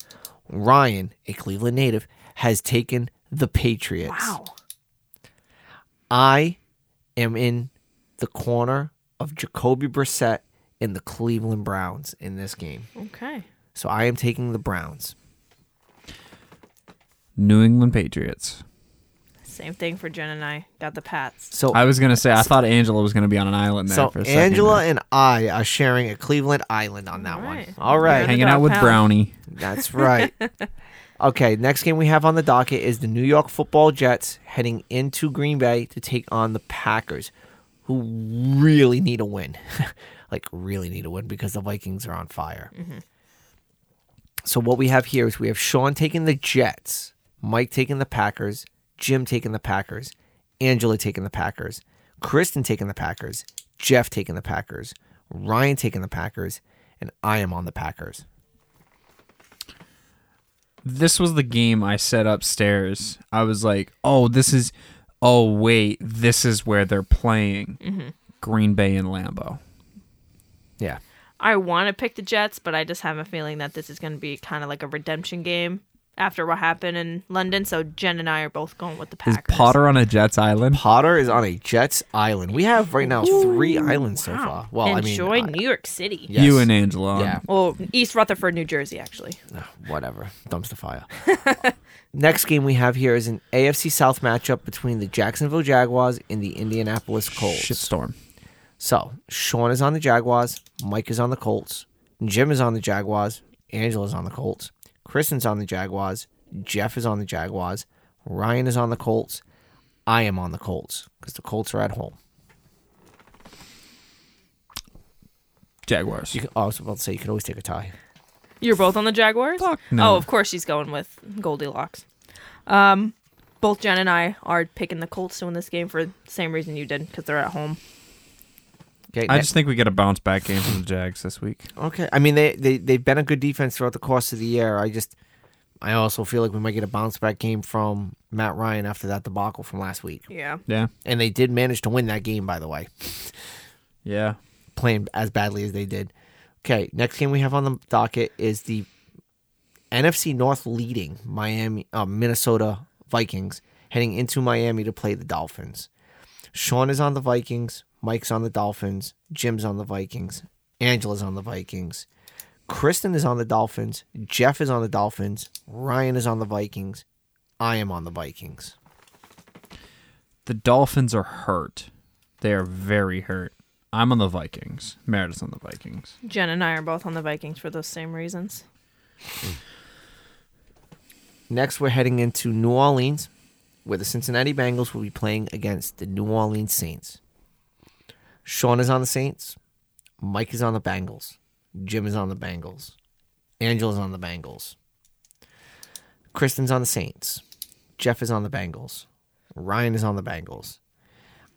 Speaker 1: Ryan, a Cleveland native, has taken the Patriots.
Speaker 3: Wow.
Speaker 1: I am in the corner of Jacoby Brissett and the Cleveland Browns in this game.
Speaker 3: Okay.
Speaker 1: So I am taking the Browns.
Speaker 2: New England Patriots.
Speaker 3: Same thing for Jen and I. Got the Pats.
Speaker 1: So
Speaker 2: I was gonna say I thought Angela was gonna be on an island there
Speaker 1: Oh. so
Speaker 2: for a second.
Speaker 1: Angela and I are sharing a Cleveland island on that
Speaker 3: All
Speaker 1: one.
Speaker 3: right.
Speaker 1: All
Speaker 3: You're
Speaker 1: right.
Speaker 3: the
Speaker 2: hanging out
Speaker 3: dog
Speaker 2: with
Speaker 3: pound.
Speaker 2: Brownie.
Speaker 1: That's right. okay, next game we have on the docket is the New York Football Jets heading into Green Bay to take on the Packers, who really need a win. like, really need a win because the Vikings are on fire. So, what we have here is we have Sean taking the Jets, Mike taking the Packers, Jim taking the Packers, Angela taking the Packers, Kristen taking the Packers, Jeff taking the Packers, Ryan taking the Packers, and I am on the Packers.
Speaker 2: this was the game I set upstairs. I was like, oh, this is, oh, wait, this is where they're playing
Speaker 1: Mm-hmm.
Speaker 2: Green Bay and Lambeau.
Speaker 1: Yeah.
Speaker 3: I want to pick the Jets, but I just have a feeling that this is going to be kind of like a redemption game after what happened in London. So Jen and I are both going with the
Speaker 2: Is
Speaker 3: Packers.
Speaker 2: Potter on a Jets island?
Speaker 1: Potter is on a Jets island. We have right now three islands so far. Well,
Speaker 3: Enjoy
Speaker 1: I um, mean, I-
Speaker 3: New York City.
Speaker 1: Yeah.
Speaker 2: You
Speaker 1: Yes.
Speaker 2: and Angela.
Speaker 1: Yeah.
Speaker 3: Well, East Rutherford, New Jersey, actually.
Speaker 1: Ugh, whatever. Dumpster fire. Next game we have here is an AFC South matchup between the Jacksonville Jaguars and the Indianapolis Colts.
Speaker 2: Shitstorm.
Speaker 1: So Sean is on the Jaguars, Mike is on the Colts, Jim is on the Jaguars, Angela's on the Colts, Kristen's on the Jaguars, Jeff is on the Jaguars, Ryan is on the Colts, I am on the Colts because the Colts are at home.
Speaker 2: Jaguars.
Speaker 1: You can, I was about to say you can always take a tie.
Speaker 3: You're both on the Jaguars?
Speaker 2: Fuck no.
Speaker 3: Oh, of course she's going with Goldilocks. Um, both Jen and I are picking the Colts to win this game for the same reason you did, because they're at home.
Speaker 1: Okay,
Speaker 2: I
Speaker 1: next-
Speaker 2: just think we get a bounce back game from the Jags this week.
Speaker 1: Okay. I mean, they, they, they've been a good defense throughout the course of the year. I just, I also feel like we might get a bounce back game from Matt Ryan after that debacle from last week.
Speaker 3: Yeah.
Speaker 2: Yeah.
Speaker 1: And they did manage to win that game, by the way,
Speaker 2: Yeah.
Speaker 1: playing as badly as they did. Okay. Next game we have on the docket is the NFC North leading Miami, uh, Minnesota Vikings heading into Miami to play the Dolphins. Sean is on the Vikings. Mike's on the Dolphins. Jim's on the Vikings. Angela's on the Vikings. Kristen is on the Dolphins. Jeff is on the Dolphins. Ryan is on the Vikings. I am on the Vikings.
Speaker 2: The Dolphins are hurt. They are very hurt. I'm on the Vikings. Meredith's on the Vikings.
Speaker 3: Jen and I are both on the Vikings for those same reasons.
Speaker 1: Next, we're heading into New Orleans, where the Cincinnati Bengals will be playing against the New Orleans Saints. Sean is on the Saints. Mike is on the Bengals. Jim is on the Bengals. Angela's on the Bengals. Kristen's on the Saints. Jeff is on the Bengals. Ryan is on the Bengals.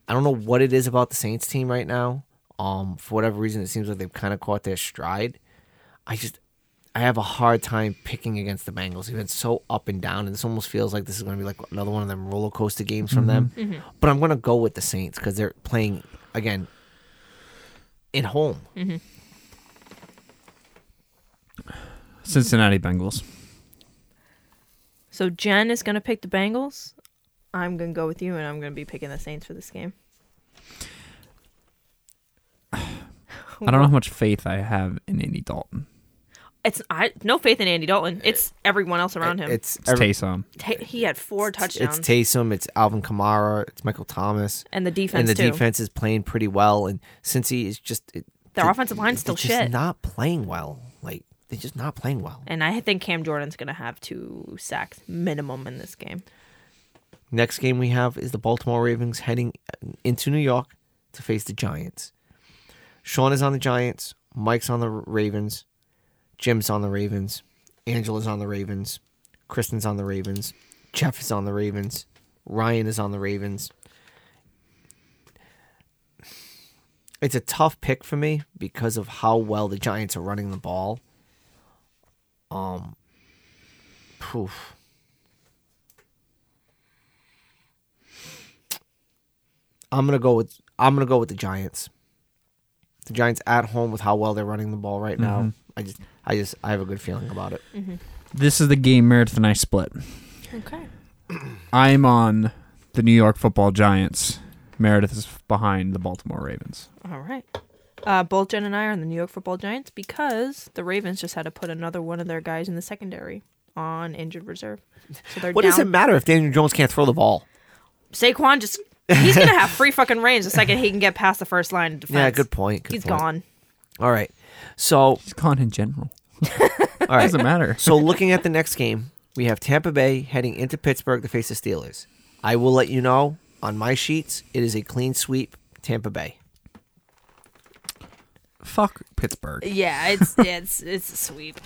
Speaker 1: I don't know what it is about the Saints team right now. Um, for whatever reason, it seems like they've kind of caught their stride. I just, I have a hard time picking against the Bengals. They've been so up and down, and this almost feels like this is going to be like another one of them roller coaster games from them.
Speaker 3: Mm-hmm.
Speaker 1: But I'm going to go with the Saints because they're playing again at home.
Speaker 3: Mm-hmm.
Speaker 2: Cincinnati Bengals.
Speaker 3: So Jen is gonna pick the Bengals. I'm gonna go with you, and I'm gonna be picking the Saints for this game.
Speaker 2: I don't know how much faith I have in Andy Dalton.
Speaker 3: It's I no faith in Andy Dalton. It's everyone else around him.
Speaker 1: It's
Speaker 2: It's Taysom.
Speaker 3: Ta- he had four touchdowns,
Speaker 1: It's Taysom. It's Alvin Kamara. It's Michael Thomas.
Speaker 3: and the
Speaker 1: and
Speaker 3: defense
Speaker 1: the
Speaker 3: too.
Speaker 1: defense is playing pretty well. And since he is just it,
Speaker 3: Their
Speaker 1: they-
Speaker 3: offensive line's still
Speaker 1: they're just
Speaker 3: shit.
Speaker 1: Not playing well. Like they're just not playing well.
Speaker 3: and I think Cam Jordan's gonna have two sacks minimum in this game.
Speaker 1: Next game we have is the Baltimore Ravens heading into New York to face the Giants. Sean is on the Giants. Mike's on the Ravens. Jim's on the Ravens. Angela's on the Ravens. Kristen's on the Ravens. Jeff is on the Ravens. Ryan is on the Ravens. It's a tough pick for me because of how well the Giants are running the ball. Um, poof. I'm gonna go with I'm gonna go with the Giants. The Giants at home with how well they're running the ball right now. I just I just I have a good feeling about it.
Speaker 2: This is the game Meredith and I split.
Speaker 3: Okay.
Speaker 2: I'm on the New York Football Giants. Meredith is behind the Baltimore Ravens.
Speaker 3: All right. Uh, both Jen and I are on the New York Football Giants because the Ravens just had to put another one of their guys in the secondary on injured reserve. So they're
Speaker 1: What
Speaker 3: down.
Speaker 1: does it matter if Daniel Jones can't throw the ball?
Speaker 3: Saquon just he's gonna have free fucking range the second he can get past the first line of defense.
Speaker 1: Yeah, good point. Good
Speaker 3: He's
Speaker 1: point.
Speaker 3: gone.
Speaker 1: All right. So
Speaker 2: He's gone in general.
Speaker 1: all right.
Speaker 2: Doesn't matter.
Speaker 1: so looking at the next game, we have Tampa Bay heading into Pittsburgh to face the Steelers. I will let you know on my sheets it is a clean sweep Tampa Bay.
Speaker 2: Fuck Pittsburgh.
Speaker 3: Yeah, it's it's it's a sweep.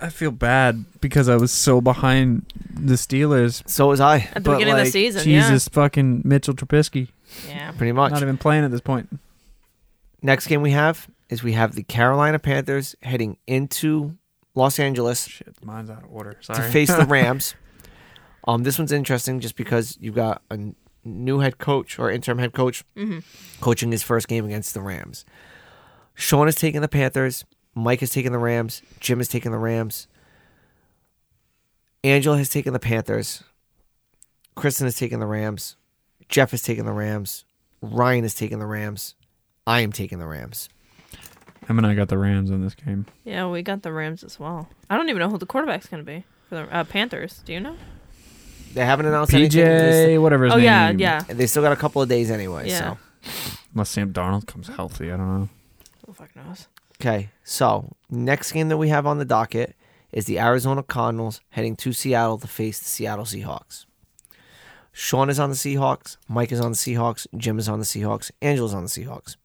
Speaker 2: I feel bad because I was so behind the Steelers.
Speaker 1: So is I.
Speaker 3: At the
Speaker 2: but,
Speaker 3: beginning of the
Speaker 2: like,
Speaker 3: season,
Speaker 2: Jesus fucking Mitchell Trubisky.
Speaker 3: yeah. Yeah.
Speaker 1: Pretty much.
Speaker 2: Not even playing at this point.
Speaker 1: Next game we have is we have the Carolina Panthers heading into Los Angeles
Speaker 2: Shit, mine's out of order.
Speaker 1: to
Speaker 2: Sorry.
Speaker 1: face the Rams. um, this one's interesting just because you've got a n- new head coach or interim head coach coaching his first game against the Rams. Sean is taking the Panthers. Mike is taking the Rams. Jim is taking the Rams. Angela has taken the Panthers. Kristen has taken the Rams. Jeff has taken the Rams. Ryan has taken the Rams. I am taking the Rams.
Speaker 2: Em and I got the Rams in this game.
Speaker 3: Yeah, we got the Rams as well. I don't even know who the quarterback's gonna be for the uh, Panthers. Do you know?
Speaker 1: They haven't announced anything. They
Speaker 2: PJ, whatever his
Speaker 3: oh
Speaker 2: name.
Speaker 3: yeah, yeah.
Speaker 1: s- They still got a couple of days anyway.
Speaker 3: Yeah.
Speaker 1: So
Speaker 2: Unless Sam Darnold comes healthy, I don't know.
Speaker 3: Who the Oh, fuck knows?
Speaker 1: Okay, so next game that we have on the docket is the Arizona Cardinals heading to Seattle to face the Seattle Seahawks. Sean is on the Seahawks, Mike is on the Seahawks, Jim is on the Seahawks, Angela's on the Seahawks.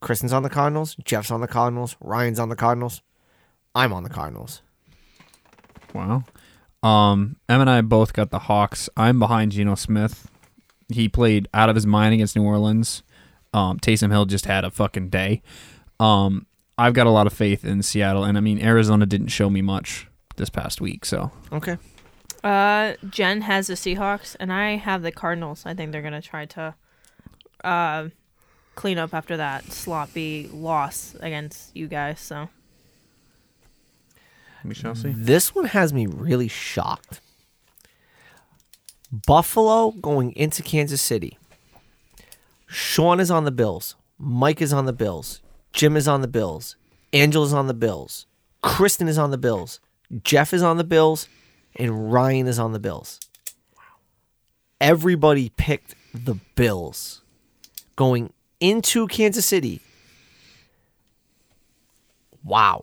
Speaker 1: Kristen's on the Cardinals, Jeff's on the Cardinals, Ryan's on the Cardinals. I'm on the Cardinals.
Speaker 2: Wow. Um, Em and I both got the Hawks. I'm behind Geno Smith. He played out of his mind against New Orleans. Um, Taysom Hill just had a fucking day. Um, I've got a lot of faith in Seattle, and I mean Arizona didn't show me much this past week, so
Speaker 1: Okay.
Speaker 3: Uh, Jen has the Seahawks, and I have the Cardinals. I think they're gonna try to, uh, clean up after that sloppy loss against you guys. So
Speaker 2: we shall see.
Speaker 1: This one has me really shocked. Buffalo going into Kansas City. Sean is on the Bills. Mike is on the Bills. Jim is on the Bills. Angela's on the Bills. Kristen is on the Bills. Jeff is on the Bills. And Ryan is on the Bills. Everybody picked the Bills going into Kansas City. Wow.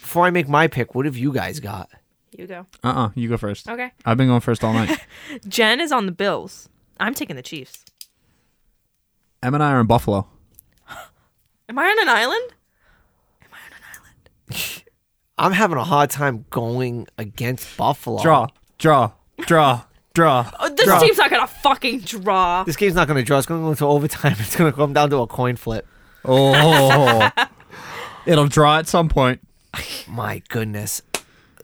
Speaker 1: Before I make my pick, what have you guys got?
Speaker 3: you go.
Speaker 2: Uh uh you go first.
Speaker 3: Okay.
Speaker 2: I've been going first all night.
Speaker 3: Jen is on the Bills. I'm taking the Chiefs.
Speaker 2: Em and I are in Buffalo.
Speaker 3: Am I on an island?
Speaker 1: I'm having a hard time going against Buffalo.
Speaker 2: Draw, draw, draw, draw.
Speaker 3: Oh, this
Speaker 2: draw.
Speaker 3: team's not gonna fucking draw.
Speaker 1: This game's not going to draw. It's going to go into overtime. It's going to come down to a coin flip.
Speaker 2: Oh, it'll draw at some point.
Speaker 1: My goodness.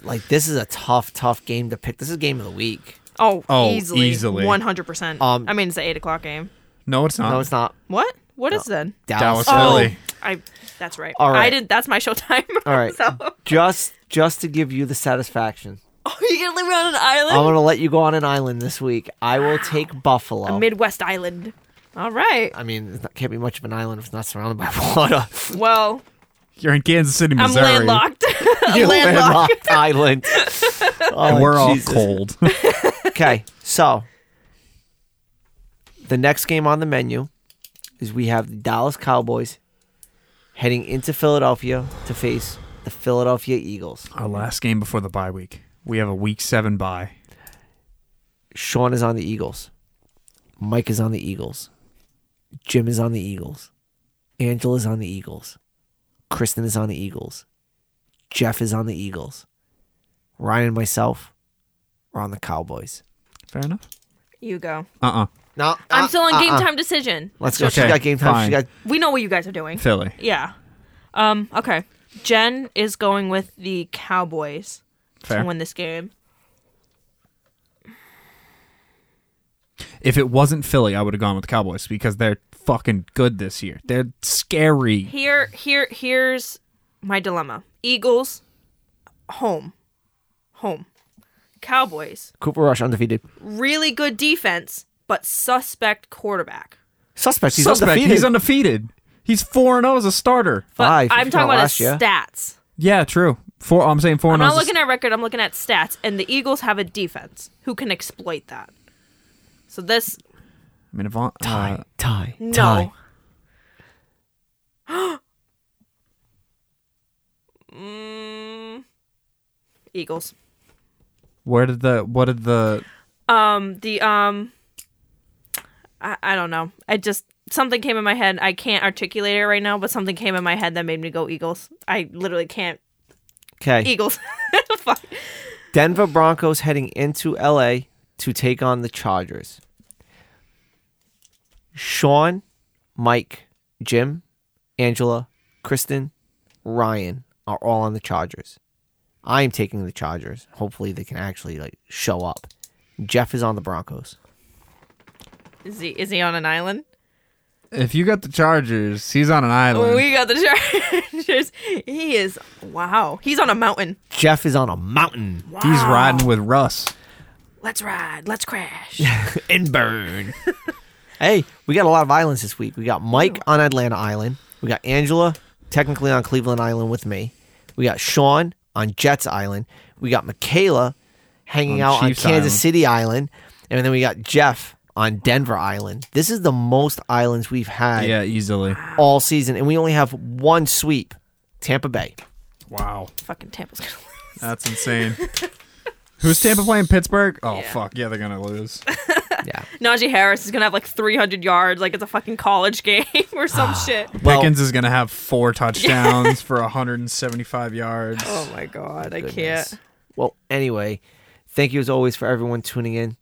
Speaker 1: Like, this is a tough, tough game to pick. This is game of the week.
Speaker 3: Oh,
Speaker 2: Oh,
Speaker 3: easily,
Speaker 2: easily.
Speaker 3: one hundred percent.
Speaker 1: Um,
Speaker 3: I mean, it's the eight o'clock game.
Speaker 2: No, it's not.
Speaker 1: No, it's not.
Speaker 3: What? What is then? Oh,
Speaker 1: Dallas.
Speaker 2: Dallas. Philly.
Speaker 3: I. That's right.
Speaker 1: All right.
Speaker 3: I did. That's my showtime.
Speaker 1: All right.
Speaker 3: Oh, so,
Speaker 1: Just just to give you the satisfaction.
Speaker 3: oh, you're gonna leave me on an island?
Speaker 1: I'm going to let you go on an island this week. I will take Buffalo.
Speaker 3: A Midwest island. All right.
Speaker 1: I mean, it can't be much of an island if it's not surrounded by water.
Speaker 3: Well,
Speaker 2: You're in Kansas City,
Speaker 3: I'm
Speaker 2: Missouri.
Speaker 3: landlocked.
Speaker 1: You
Speaker 3: landlocked.
Speaker 1: landlocked island.
Speaker 2: And
Speaker 1: Oh,
Speaker 2: we're all
Speaker 1: Jesus.
Speaker 2: cold.
Speaker 1: Okay, so the next game on the menu is we have the Dallas Cowboys heading into Philadelphia to face the Philadelphia Eagles.
Speaker 2: Our last game before the bye week. We have a week seven bye.
Speaker 1: Sean is on the Eagles. Mike is on the Eagles. Jim is on the Eagles. Angela's on the Eagles. Kristen is on the Eagles. Jeff is on the Eagles. Ryan and myself are on the Cowboys.
Speaker 2: Fair enough.
Speaker 3: You go.
Speaker 2: Uh uh
Speaker 1: No,
Speaker 3: I'm still on game
Speaker 1: uh-uh.
Speaker 3: time decision.
Speaker 1: Let's go. She
Speaker 2: Okay,
Speaker 1: got game time. She
Speaker 2: fine.
Speaker 1: got
Speaker 3: We know what you guys are doing.
Speaker 2: Philly.
Speaker 3: Yeah. Um. Okay. Jen is going with the Cowboys
Speaker 2: Fair.
Speaker 3: to win this game.
Speaker 2: If it wasn't Philly, I would have gone with the Cowboys because they're fucking good this year. They're scary.
Speaker 3: Here, here, here's my dilemma: Eagles, home, home. Cowboys,
Speaker 1: Cooper Rush undefeated.
Speaker 3: really good defense, but suspect quarterback.
Speaker 1: Suspect. He's
Speaker 2: Suspect.
Speaker 1: undefeated.
Speaker 2: He's undefeated. He's four and zero as a starter.
Speaker 3: But
Speaker 1: Five, if
Speaker 3: I'm
Speaker 1: you
Speaker 3: talking
Speaker 1: count
Speaker 3: about
Speaker 1: last
Speaker 3: his
Speaker 1: year.
Speaker 3: stats.
Speaker 2: Yeah, true. Four. I'm saying four
Speaker 3: I'm
Speaker 2: and oh
Speaker 3: not
Speaker 2: zero.
Speaker 3: looking at record. I'm looking at stats, and the Eagles have a defense who can exploit that. So this
Speaker 2: I mean, Avant.
Speaker 1: tie,
Speaker 2: Uh,
Speaker 1: tie,
Speaker 3: no.
Speaker 1: tie.
Speaker 3: Mm, Eagles.
Speaker 2: where did the? What did the?
Speaker 3: Um, the um, I, I don't know. I just something came in my head. I can't articulate it right now, but something came in my head that made me go Eagles. I literally can't
Speaker 1: Okay.
Speaker 3: Eagles. Fuck.
Speaker 1: Denver Broncos heading into LA to take on the Chargers. Sean, Mike, Jim, Angela, Kristen, Ryan are all on the Chargers. I am taking the Chargers. Hopefully they can actually like show up. Jeff is on the Broncos.
Speaker 3: Is he is he on an island?
Speaker 2: If you got the Chargers, he's on an island.
Speaker 3: Oh, We got the Chargers. He is wow. He's on a mountain.
Speaker 1: Jeff is on a mountain
Speaker 3: Wow.
Speaker 2: he's riding with Russ.
Speaker 3: Let's ride. Let's crash.
Speaker 1: and burn. hey, we got a lot of islands this week. We got Mike on Atlanta Island. We got Angela technically on Cleveland Island with me. We got Sean on Jets Island. We got Michaela hanging
Speaker 2: On
Speaker 1: out
Speaker 2: Chiefs
Speaker 1: on Kansas
Speaker 2: Island.
Speaker 1: City Island. And then we got Jeff on Denver Island. This is the most islands we've had
Speaker 2: Yeah, easily.
Speaker 1: all season. And we only have one sweep Tampa Bay.
Speaker 2: Wow,
Speaker 3: Fucking Tampa's gonna lose.
Speaker 2: that's insane. Who's Tampa playing Pittsburgh? Oh
Speaker 3: Yeah.
Speaker 2: fuck, yeah, they're gonna lose.
Speaker 1: Yeah.
Speaker 3: Najee Harris is gonna have like 300 yards, like it's a fucking college game or some shit.
Speaker 1: Well-
Speaker 2: Pickens is gonna have four touchdowns for 175 yards.
Speaker 3: Oh my god, I
Speaker 1: goodness.
Speaker 3: can't.
Speaker 1: Well, anyway, thank you as always for everyone tuning in.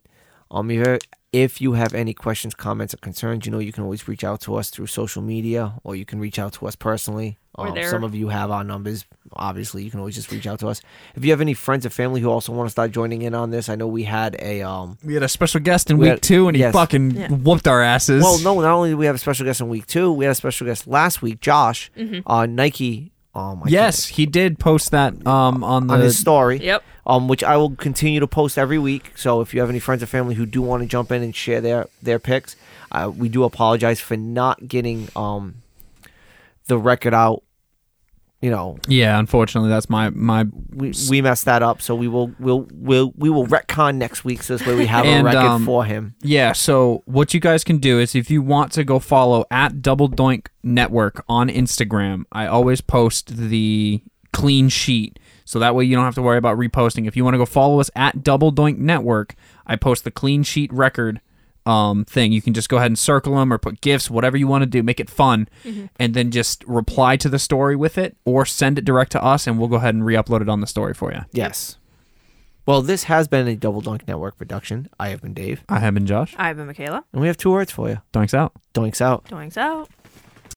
Speaker 1: Um, if you- if you have any questions, comments, or concerns, you know you can always reach out to us through social media, or you can reach out to us personally.
Speaker 3: We're
Speaker 1: Um,
Speaker 3: there.
Speaker 1: some of you have our numbers. Obviously, you can always just reach out to us. If you have any friends or family who also want to start joining in on this, I know we had a um.
Speaker 2: We had a special guest in
Speaker 1: We
Speaker 2: week
Speaker 1: had-
Speaker 2: two, and he
Speaker 1: yes.
Speaker 2: fucking
Speaker 3: Yeah.
Speaker 2: whooped our asses.
Speaker 1: Well, no, not only did we have a special guest in week two, we had a special guest last week, Josh,
Speaker 3: Mm-hmm.
Speaker 1: uh, Nike. Um, I can't-
Speaker 2: Yes, he did post that um, on the
Speaker 1: on his story.
Speaker 3: Yep.
Speaker 1: Um, which I will continue to post every week. So if you have any friends or family who do want to jump in and share their their picks, uh, we do apologize for not getting um the record out. You know,
Speaker 2: Yeah, unfortunately, that's my my
Speaker 1: we, we messed that up, so we will we'll, we'll we will retcon next week. So this way we have
Speaker 2: And,
Speaker 1: a record
Speaker 2: um,
Speaker 1: for him.
Speaker 2: Yeah, so what you guys can do is if you want to go follow at Double Doink Network on Instagram, I always post the clean sheet. So that way you don't have to worry about reposting. If you want to go follow us at Double Doink Network, I post the clean sheet record um, thing. You can just go ahead and circle them or put gifts, whatever you want to do, make it fun, and then just reply to the story with it or send it direct to us, and we'll go ahead and re-upload it on the story for you.
Speaker 1: Yes. Well, this has been a Double Dunk Network production. I have been Dave,
Speaker 2: I have been Josh.
Speaker 3: I've been Michaela.
Speaker 1: and we have two words for you.
Speaker 2: Thanks out.
Speaker 1: Doinks out.
Speaker 3: Doings out.